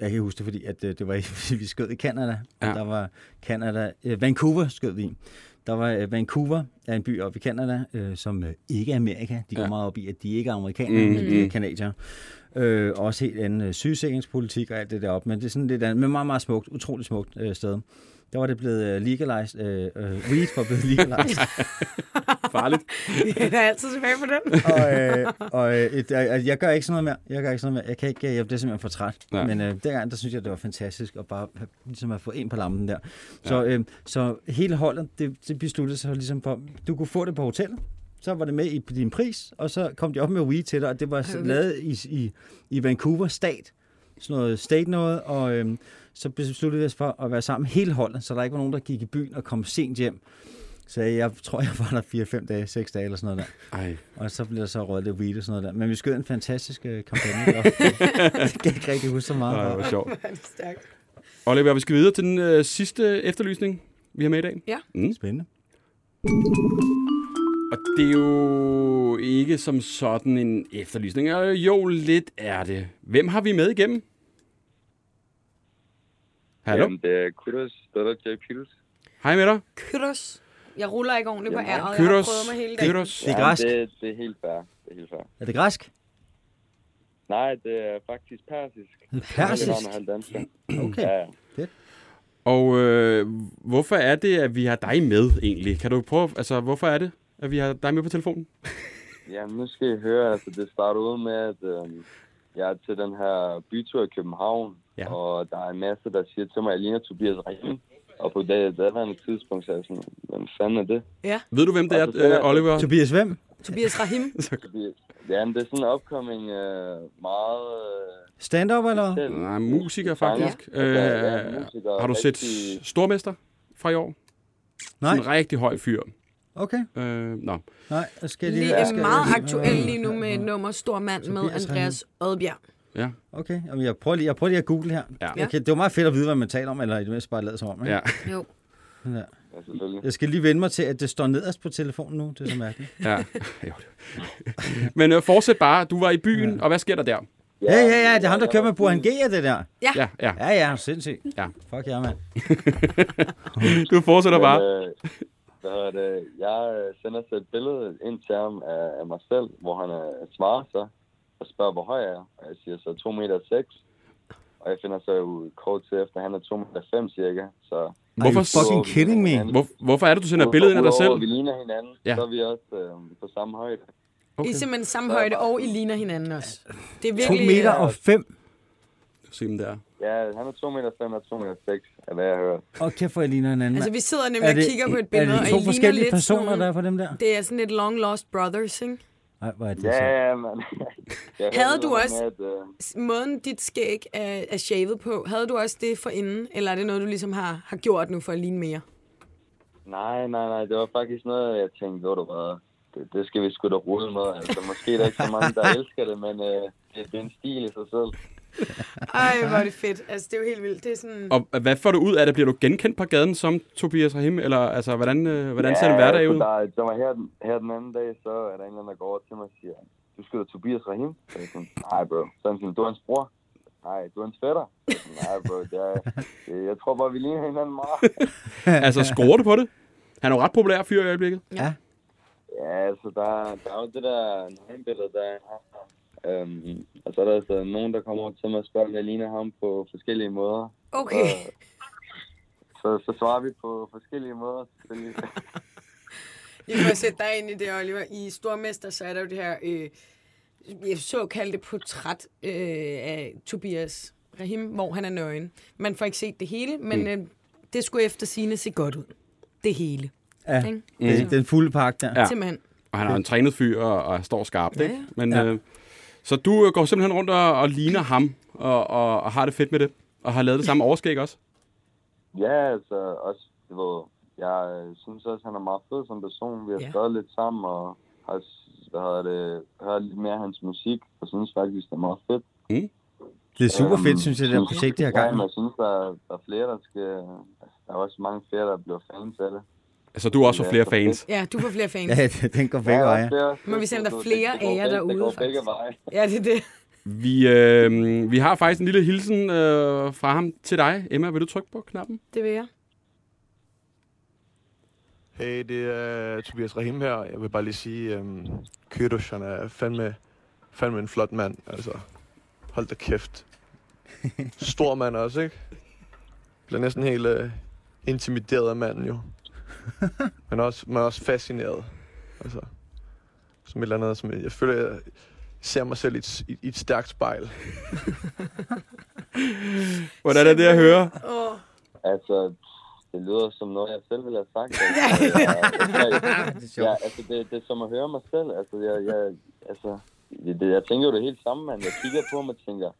D: Jeg kan ikke huske det, fordi at, øh, det var, i- [laughs] vi skød i Canada. Ja.
B: Ja.
D: Der var Canada, øh, Vancouver skød vi i. Der var øh, Vancouver, er en by oppe i Canada, øh, som øh, ikke er Amerika. De går
B: Ja.
D: ja. meget op i, at de ikke er amerikanere, mm. men de er kanadier. Øh, også helt anden øh, sygesikringspolitik og alt det deroppe, men det er sådan lidt andet, men meget, meget smukt, utroligt smukt øh, sted. Der var det blevet øh, legalized, øh, øh, weed var blevet [laughs] legalized,
B: Farligt.
C: [laughs] Jeg er altid tilbage på
D: [laughs]
C: den.
D: og, øh, og øh, et, øh, jeg gør ikke sådan noget mere, jeg gør ikke sådan noget mere, jeg kan ikke, jeg, jeg bliver simpelthen for træt,
B: Ja.
D: ja. men øh, dengang, der synes jeg, det var fantastisk at bare have, ligesom at få en på lampen der. Så, øh, så hele holdet, det, det besluttede sig ligesom for, du kunne få det på hotellet, så var det med i på din pris, og så kom de op med weed til dig, og det var
C: Ej,
D: så
C: hvor
D: lavet i, i, i Vancouver stat, sådan noget state noget, og øhm, så besluttede vi os for at være sammen hele holdet, så der ikke var nogen, der gik i byen og kom sent hjem. Så jeg tror, jeg var der 4-5 dage, 6 dage eller sådan noget der.
B: Ej.
D: Og så blev der så røget lidt weed og sådan noget der. Men vi skød en fantastisk øh, kampagne. deroppe. det kan jeg ikke rigtig huske så
B: Ej,
D: meget.
B: hvor
C: [laughs]
D: fra.
B: sjovt.
C: Hvor er det stærkt.
B: Oliver, vi skal videre til den øh, sidste efterlysning, vi har med i dag.
C: Ja.
B: Mm.
D: Spændende.
B: Og det er jo ikke som sådan en efterlysning. Øh, Jo, lidt er det. Hvem har vi med igennem? Hallo?
G: Jamen, det er Kudos, der er Jack Peters.
B: Hej med dig.
C: Kyros. Jeg ruller ikke ordentligt på
G: Jamen,
C: æret. Jeg har
B: Kyros.
C: prøvet mig hele dagen.
B: Kyros.
D: Det er
G: Jamen,
D: græsk.
G: Det, det er helt fair. Det er helt fair.
D: Er det græsk?
G: Nej, det er faktisk persisk. Det
D: Persisk?
G: er halv dansker.
D: Okay.
G: Ja, ja.
B: Og øh, hvorfor er det, at vi har dig med egentlig? Kan du prøve, altså hvorfor er det, at vi har dig med på telefonen?
G: Jamen, nu skal I høre, altså det starter ud med, at øhm, jeg er til den her bytur i København,
B: Ja.
G: ja. og der er en masse, der siger til mig, at jeg ligner Tobias Rehn. Og på det daværende tidspunkt, så er jeg sådan, hvem fanden er det?
B: Ved du, hvem det er,
G: Altså, det er-
B: øh, Oliver?
D: Tobias, hvem?
C: Tobias
D: [laughs]
C: Rahim.
G: Fordi, jamen, det er sådan en upcoming øh, meget... Øh,
D: Stand-up eller? hvad?
G: selv-
B: Nej, musiker faktisk.
G: Ja.
B: Øh,
G: Ja, ja, musiker,
B: har du set
G: rigtig-
B: Stormester fra i år?
D: Nej.
B: Sådan en rigtig høj fyr.
D: Okay.
B: Øh, nå.
D: Nej, jeg skal lige...
C: Lige
D: jeg
C: er
D: skal- [laughs]
C: meget aktuel lige nu med et nummer Stor Mand med
D: Tobias
C: Andreas Odbjerg.
B: Ja,
D: Okay, Jamen, jeg prøver lige, jeg prøver lige at google her.
B: Ja.
D: Okay, det var meget fedt at vide, hvad man taler om, eller i det mindste bare lade som om. Ikke?
B: ja,
C: Jo.
D: Ja.
G: Ja, selvfølgelig.
D: Jeg skal lige vende mig til, at det står nederst på telefonen nu. Det er så mærkeligt.
B: ja. [laughs] Jo, det- Men øh, fortsæt bare. Du var i byen, og hvad sker der der?
D: Ja, ja, ja, det er ham, der kører med Burhan G, det der.
B: Ja, ja.
D: Ja, ja, sindssygt.
B: Ja.
D: Fuck ja, mand.
B: Du fortsætter bare.
G: Men, øh, hvad hedder det? Jeg øh, sender så et billede ind til ham af, af mig selv, hvor han øh, svarer så og spørger, hvor høj jeg er. Og jeg siger så 2 meter 6. Og jeg finder så ud kort tid efter, at han er 2 meter 5 cirka. Så
B: Hvorfor,
D: Are you fucking kidding me?
B: hvor, hvorfor er det, du sender billedet ind af dig
G: Udover,
B: selv?
G: at vi ligner hinanden,
B: Ja.
G: ja. så er vi også øh, på samme højde.
C: I
B: Okay.
C: er simpelthen samme højde, og I ligner hinanden også. Det er
D: To
C: virkelig... øh,
D: meter og fem.
B: Se, om det er.
G: Ja, han er 2 meter 5 og 2 meter 6, er hvad jeg hører.
D: Og kæft, hvor jeg ligner hinanden,
C: Altså,
D: mand.
C: vi sidder nemlig og kigger på et billede,
D: er det
C: og I
D: to
C: ligner
D: forskellige
C: lidt
D: personer,
C: sådan-
D: der er på dem der?
C: Det er sådan lidt long lost brothers, ikke?
D: Nej, hvor er det så?
G: Ja, man. [laughs] Jeg
C: Havde
G: hørte
C: du
G: noget
C: også-
G: med, At, øh,
C: S- Måden dit skæg er, er shavet på, havde du også det for inden, eller er det noget, du ligesom har, har gjort nu for at ligne mere?
G: Nej, nej, nej. Det var faktisk noget, jeg tænkte, ved du hvad, det, det skal vi sgu da rode med. Altså, måske er der ikke så mange,
B: [laughs]
G: der elsker det, men øh, det, det er en stil i sig selv.
C: Ej, hvor er det fedt. Altså, det er jo helt vildt. Det er sådan...
B: Og hvad får du ud af det? Bliver du genkendt på gaden som Tobias Rahim? Eller altså, hvordan, øh, hvordan ser en hverdag
G: altså,
B: ud?
G: Der, der var her, den- her den anden dag, så er der en eller anden, der går over til mig og siger, du skal da Tobias Rahim. Så er jeg sådan, nej bro. Så er han sådan, du er hans bror. Nej, du er hans fætter. Så er jeg sådan, Nej bro, det er, det, jeg tror bare, vi ligner hinanden meget. [laughs]
B: Altså, scorer du på det? Han er jo ret populær fyr i øjeblikket.
D: Ja.
G: Ja, altså, der, der er jo det der nøgenbillede, der er Øhm, og så er der altså nogen, der kommer over til mig og spørger, om jeg ligner ham på forskellige måder.
C: Okay.
G: Så, så svarer vi på forskellige måder, selvfølgelig.
D: [laughs]
C: Jeg må sætte dig ind i det, Oliver. I Stormester, så er der jo det her øh, jeg såkaldte portræt øh, af Tobias Rahim, hvor han er nøgen. Man får ikke set det hele, men mm. øh, det skulle efter sine se godt ud. Det hele.
D: Ja.
C: Ikke?
D: Det er Den fulde pakke der.
B: Ja.
C: Simpelthen.
B: Og han er jo en trænet fyr, og, og står skarpt,
C: Ja,
B: ikke?
C: ja.
B: Men,
D: Ja.
B: øh, Så du øh, går simpelthen rundt og, og ligner ham, og, og, og har det fedt med det, og har lavet det samme overskæg også.
G: Ja, altså også, du ved, jeg øh, synes også, han er meget fed som person. Vi har
C: Ja.
G: yeah. skrevet lidt sammen og har s- hvad hedder det, hørt lidt mere af hans musik, og synes faktisk, det er meget fedt.
D: Det er super fedt,
G: Øhm,
D: synes jeg, det der projekt, det her
G: Ja,
D: gang.
G: men jeg synes, der, der er flere, der skal... Der er også mange flere, der bliver fans af det.
B: Altså, du er også for
G: Ja,
B: flere
G: så
B: fans.
C: Ja, du får flere fans.
D: Ja, [laughs] den går begge
G: der er
D: veje.
G: også flere-
C: Må vi se, om der er
G: Det-
C: flere
G: det
C: af
G: går
C: jer
G: begge-
C: derude,
G: Det går
C: faktisk?
G: begge veje.
C: Ja, det er det.
B: Vi, øh, vi har faktisk en lille hilsen øh, fra ham til dig. Emma, vil du trykke på knappen?
C: [laughs] Det vil jeg.
H: Hey, det er øh, Tobias Rahim her. Jeg vil bare lige sige, øhm, Kyrus, han er fandme, fandme en flot mand. Altså, hold da kæft. Stor mand også, ikke? Bliver næsten helt øh, intimideret af manden jo. Men også, men også fascineret. Altså, som et eller andet, som jeg føler, jeg ser mig selv i et, i, i et stærkt spejl.
B: Hvordan er det at høre?
C: Åh,
G: Altså, det lyder som noget, jeg selv ville have
D: [laughs]
G: sagt. Altså, jeg, jeg,
D: Det er
G: jeg,
D: sjovt.
G: altså det, det er som at høre mig selv. Altså, jeg, jeg, altså, det, det, jeg tænker jo det helt samme, mand. Jeg kigger på mig og tænker,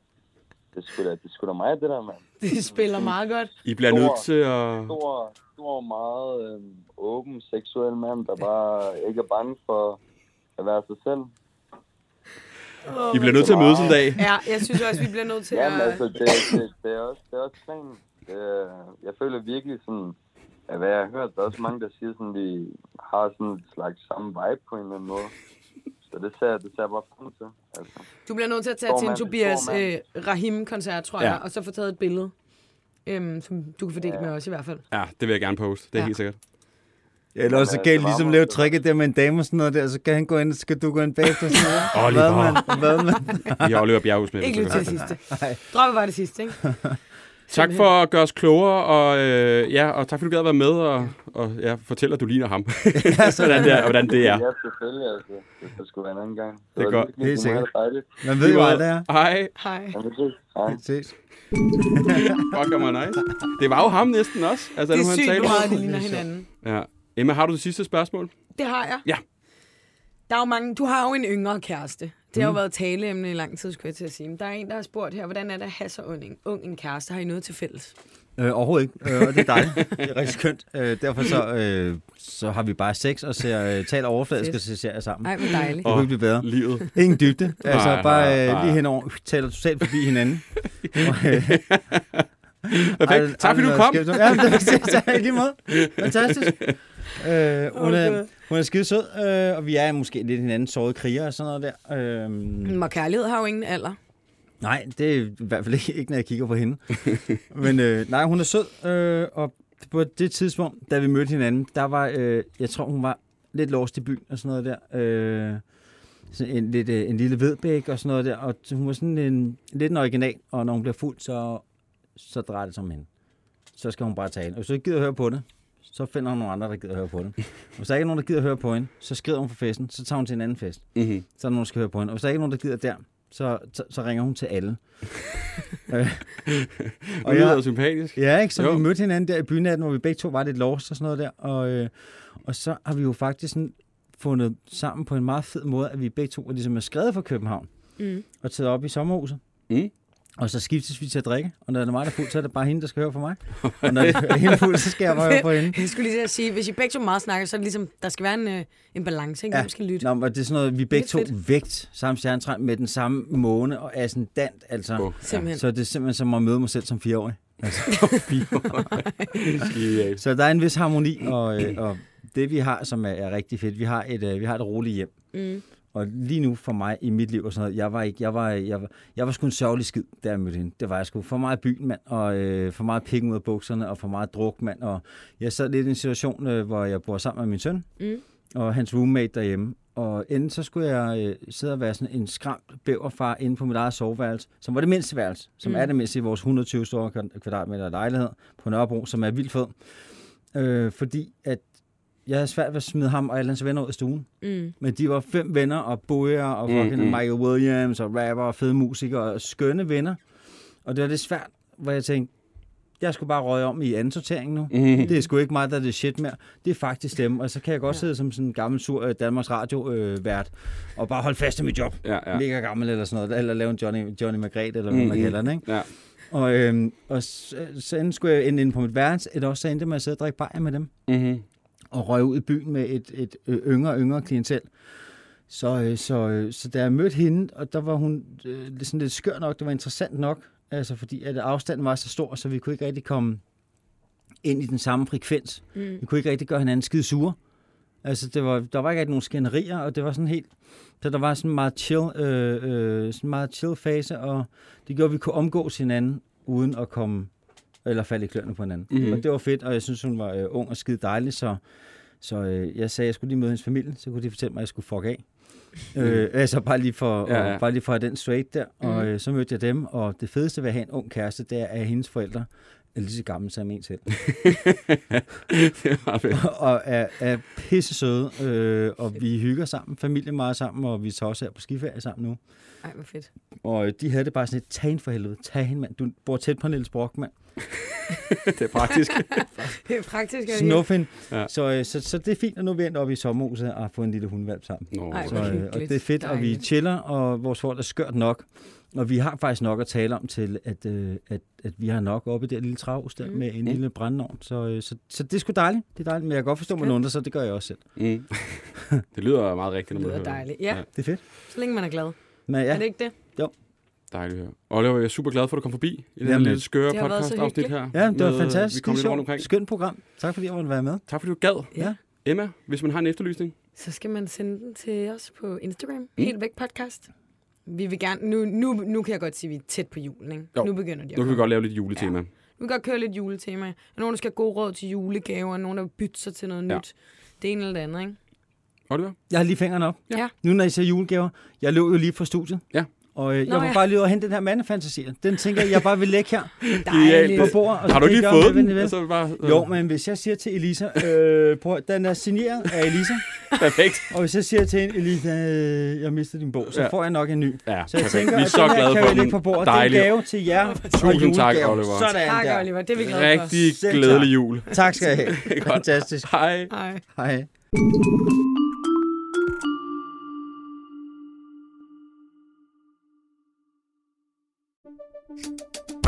G: det skulle da, det skulle da mig, det der, mand.
C: det spiller meget godt.
B: I bliver nødt til at...
G: Stor, stor meget øh, åben, seksuel mand, der bare ikke er bange for at være sig selv.
B: I bliver nødt til at mødes en dag.
C: Ja, jeg synes også, vi bliver nødt til
G: Ja, men
C: at...
G: altså, det, det, det, er også, det er også planen. Øh, jeg føler virkelig sådan, at hvad jeg har hørt, der er også mange, der siger sådan, vi har sådan en slags samme vibe på en eller anden måde. Så det ser, det ser jeg bare frem til. Altså,
C: Du bliver nødt til at tage til en
G: Formand,
C: Tobias øh,
G: formand.
C: Rahim-koncert, tror
B: Ja.
C: jeg, og så få taget et billede, øhm, som du kan fordele med os i hvert fald.
B: Ja, det vil jeg gerne poste. Det er
C: Ja.
B: helt sikkert.
D: Ja, eller også
G: Men, øh,
D: kan I
G: det var
D: ligesom
G: meget
D: lave
G: fedt.
D: tricket der med en dame og sådan noget der, så kan han gå ind, så skal du gå ind bagefter og sådan noget.
B: Oliver.
D: Hvad, mand? Hvad, mand?
B: Vi har Oliver Bjerghus med.
C: [laughs] Ikke lyt til
G: [laughs]
C: sidste. Drop var det sidste, ikke?
B: Tak for at gøre os klogere, og, øh, ja, og tak fordi du gad at være med, og, og ja, fortæl, at du ligner
C: [laughs]
B: ham. hvordan, det er, hvordan det er.
G: ja. ja, selvfølgelig. Altså, det, det skulle være en anden gang. Det,
B: er
G: var
B: godt.
G: virkelig-
D: Helt
G: det var
D: sikkert.
G: dejligt.
D: Man ved jo aldrig, ja.
B: Hej,
C: [laughs] Hej.
G: Ja, det er det. Hej.
D: Ses.
B: fuck, hvor nice. Det var jo ham næsten også. Altså,
C: Det
B: nu
C: er
B: han
C: sygt,
B: taler.
C: hvor meget de ligner hinanden.
B: Ja. Emma, har du det sidste spørgsmål?
C: Det har jeg.
B: Ja.
C: Der er jo mange, du har jo en yngre kæreste. Det har
B: Mm.
C: jo været taleemne i lang tid, skulle jeg til at sige. Men der er en, der har spurgt her, hvordan er det at have så ung en, ung en kæreste? Har I noget til fælles?
D: Øh, overhovedet ikke, øh, og det er dejligt. Det er rigtig skønt. Øh, derfor så, øh, så har vi bare sex og ser, øh, taler overfladisk
C: Fedt.
D: og ser serier sammen.
C: Nej, hvor dejligt.
D: Det kunne ikke blive bedre.
B: Livet.
D: Ingen dybde.
B: [laughs]
D: Altså
B: Nej, nej,
D: bare øh,
B: nej.
D: lige henover, øh, taler totalt forbi
B: [laughs]
D: hinanden. Og, øh,
B: Perfekt.
D: ald-
B: tak fordi du
D: aldrig
B: kom.
D: været skævt. Ja, men det var det var i lige måde. Fantastisk. Øh, hun, er,
C: Okay.
D: hun er skide sød, øh, og vi er måske lidt hinanden sårede kriger og sådan noget der. Øh,
C: Men kærlighed har jo ingen alder.
D: nej, det er i hvert fald ikke, ikke når jeg kigger på hende. Men øh, nej, hun er sød, øh, og på det tidspunkt, da vi mødte hinanden, der var, øh, jeg tror hun var lidt lost i byen og sådan noget der. Øh, sådan en, lidt, øh, en lille vedbæk og sådan noget der, og hun var sådan en, lidt en original, og når hun bliver fuld, så, så drejer det sig om hende. Så skal hun bare tale. Og hvis du ikke gider at høre på det, så finder hun nogle andre, der gider at høre på det. Og hvis der ikke er nogen, der gider at høre på hende, så skrider hun fra festen, så tager hun til en anden fest.
B: Mhm.
D: Så er der nogen, der skal høre på hende. Og hvis der ikke er nogen, der gider der, så, så, så ringer hun til
B: [laughs]
D: alle. Øh,
B: Og det lyder sympatisk.
D: Ja, ikke? Så
B: Jo.
D: jo. vi mødte hinanden der i bynatten, hvor vi begge to var lidt lost og sådan noget der. Og, øh, og så har vi jo faktisk sådan fundet sammen på en meget fed måde, at vi begge to er ligesom er skrevet fra København
C: Mm.
D: og taget op i sommerhuset.
B: Mm.
D: Og så skiftes vi til at drikke, og når det er mig, der er fuld, så er det bare hende, der skal høre på
B: [laughs]
D: mig. Og når det er hende fuld, så skal jeg bare høre på hende.
C: Jeg skulle lige til at sige, hvis I begge to meget snakker, så er det ligesom, der skal være en, øh, en balance, ikke? Ja. skal lytte.
D: Nå, men det er sådan noget, vi er begge to
C: Lidt fedt.
D: vægt samme stjernetegn med den samme måne og ascendant, altså.
B: Åh,
C: Simpelthen.
D: Så det er simpelthen som at møde mig selv som fireårig. Altså.
B: Genialt.
D: Så der er en vis harmoni, og, øh, og det vi har, som er, er rigtig fedt, vi har et, øh, vi har et roligt hjem.
C: Mm.
D: Og lige nu for mig i mit liv og sådan noget, jeg var, ikke, jeg var, jeg var, jeg var sgu en sørgelig skid, da jeg mødte hende. Det var jeg sgu. For meget byen, mand, og øh, for meget penge ud af bukserne, og for meget druk, mand. Og jeg sad lidt i en situation, øh, hvor jeg bor sammen med min søn,
C: Mm.
D: og hans roommate derhjemme. Og enten så skulle jeg øh, sidde og være sådan en skræmt bæverfar inde på mit eget soveværelse, som var det mindste værelse, som
C: Mm.
D: mm. er det mindste i vores 120 store kva- kvadratmeter lejlighed på Nørrebro, som er vildt fed. Øh, fordi at jeg havde svært ved at smide ham og alle hans venner ud af stuen.
C: Mm.
D: Men de var fem venner, og bøger, og fucking
B: Mm, mm.
D: mm, Michael Williams, og rapper, og fede musikere, og skønne venner. Og det var lidt svært, hvor jeg tænkte, Jeg skulle bare røge om i anden sortering nu.
B: Mhm.
D: Det er sgu ikke mig, der er det shit mere. Det er faktisk dem, og så kan jeg godt sidde som sådan en gammel sur øh, Danmarks Radio-vært og bare holde fast i mit job.
B: Ja, ja.
D: Mega gammel eller sådan noget. Eller lave en Johnny, Johnny Margrethe, eller hvad man
B: Mhm.
D: kalder den, ikke?
B: Ja.
D: Og, øhm, og så, så enten skulle jeg ende inde på mit værelse, eller også så endte jeg med at sidde og drikke bajer med dem
B: Mm-hmm. [laughs]
D: og røg ud i byen med et, et øh, yngre yngre klientel. Så, øh, så, øh, så da jeg mødte hende, og der var hun øh, lidt- sådan lidt skør nok, det var interessant nok, altså fordi at afstanden var så stor, så vi kunne ikke rigtig komme ind i den samme frekvens. Mm. Vi kunne ikke rigtig gøre hinanden skide sure. Altså, det var, der var ikke rigtig nogen skænderier, og det var sådan helt... Så der var sådan en meget chill, øh, øh, sådan en meget chill fase, og det gjorde, at vi kunne omgås hinanden, uden at komme eller falde i kløerne på hinanden.
B: Mhm.
D: Mm. Og det var fedt, og jeg synes, hun var øh, ung og skide dejlig, så, så øh, jeg sagde, at jeg skulle lige møde hendes familie, så kunne de fortælle mig, at jeg skulle fuck af. Øh, altså bare lige
B: Ja,
D: for ja,
B: Mhm. ja. Mhm.
D: ja. bare lige for at have den straight der, og øh, så mødte jeg dem, og det fedeste ved at have en ung kæreste, det er, at hendes forældre er lige så gamle som en selv
B: det var fedt.
D: [laughs] og er, er pisse søde, øh, og vi hygger sammen, familien meget sammen, og vi så også her på skiferie sammen nu.
C: Ej, hvor fedt.
D: Og øh, de havde det bare sådan et, tag hende for helvede, tag hende, mand. Du bor tæt på Niels Brock, mand.
B: det er
C: [laughs]
B: praktisk.
C: Det er praktisk. er det
D: Snuff hende.
B: Ja.
D: Ja. Så, øh, så, så det er fint, og nu er vi endt oppe i sommerhuset og har fået en lille hundvalp sammen.
B: Nå,
C: Ej,
D: Så,
C: hvor
D: øh, og
C: hyggeligt.
D: det er fedt, og vi
C: Dejligt.
D: chiller, og vores forhold er skørt nok. Og vi har faktisk nok at tale om til, at, øh, at, at vi har nok oppe i det lille travhus der mm. med en lille brandnorm. Så, øh, så, så det er sgu dejligt. Det er dejligt, men jeg kan godt forstå, at man undrer sig. Det gør jeg også selv.
B: Mm. [laughs] det lyder meget rigtigt. når
C: Det
B: man
C: lyder
B: hører
C: dejligt. Ja,
D: Det er fedt.
C: så længe man er glad.
D: Men
C: Ja.
D: ja,
C: Er det ikke det?
B: Dejligt at høre. Oliver, jeg er super glad for, at du kom forbi i den her
D: Jamen.
B: lille skøre
C: Det har været så
B: podcast afsnit her.
D: Ja, det
B: med- øh,
D: var fantastisk.
B: Vi kom lidt
D: Skide
B: rundt
D: sjovt.
B: omkring.
D: Skønt program. Tak fordi jeg måtte være med.
B: Tak fordi du gad.
D: Ja.
B: Emma, hvis man har en efterlysning.
C: Så skal man sende den til os på Instagram. Helt væk podcast. Vi vil gerne... Nu, nu, nu kan jeg godt sige, at vi er tæt på julen, ikke?
B: Jo.
C: Nu begynder de at
B: Nu kan vi
C: komme.
B: godt lave lidt juletema. Ja.
C: Vi kan godt køre lidt juletema. Der er nogen, der skal have gode råd til julegaver, og nogen, der vil bytte sig til noget
B: Ja.
C: ja. nyt. Det ene eller det andet, ikke?
B: Oliver?
D: Jeg har lige fingrene op.
C: Ja.
D: Nu når I ser julegaver, jeg løb jo lige fra studiet.
B: Ja.
D: Og øh,
C: Nå,
D: jeg var
C: ja.
D: bare lige ud og hente den her mandefantasi. Den tænker jeg, jeg bare vil lægge
B: [laughs]
D: her
C: Dejligt.
D: på bordet. Og
B: Har du
D: det
B: ikke lige
D: gør man
B: fået den?
D: nødvendigvis.
B: Og så er det bare, øh,
D: Jo, men hvis jeg siger til Elisa, øh, prøv, at- den er signeret af Elisa,
B: [laughs] Perfekt.
D: og hvis jeg siger til hende, Elisa, øh, jeg mistede din bog, så
B: Ja.
D: får jeg nok en ny.
B: Ja,
D: Så jeg
B: perfekt.
D: tænker,
B: vi er
D: at
B: så
D: den her
B: glade
D: kan
B: for
D: jeg
B: den.
D: lægge på bordet.
B: Dejlig.
D: Det er en gave til jer.
B: Tusind tak,
D: julegave.
B: Oliver.
D: Sådan
C: Tak,
D: der.
C: Oliver. Det er vi glade for.
B: Rigtig
D: Selv
B: glædelig
D: tak.
B: jul.
D: Tak skal I
B: [laughs]
D: have. Fantastisk.
B: Hej.
C: Ej.
D: Hej.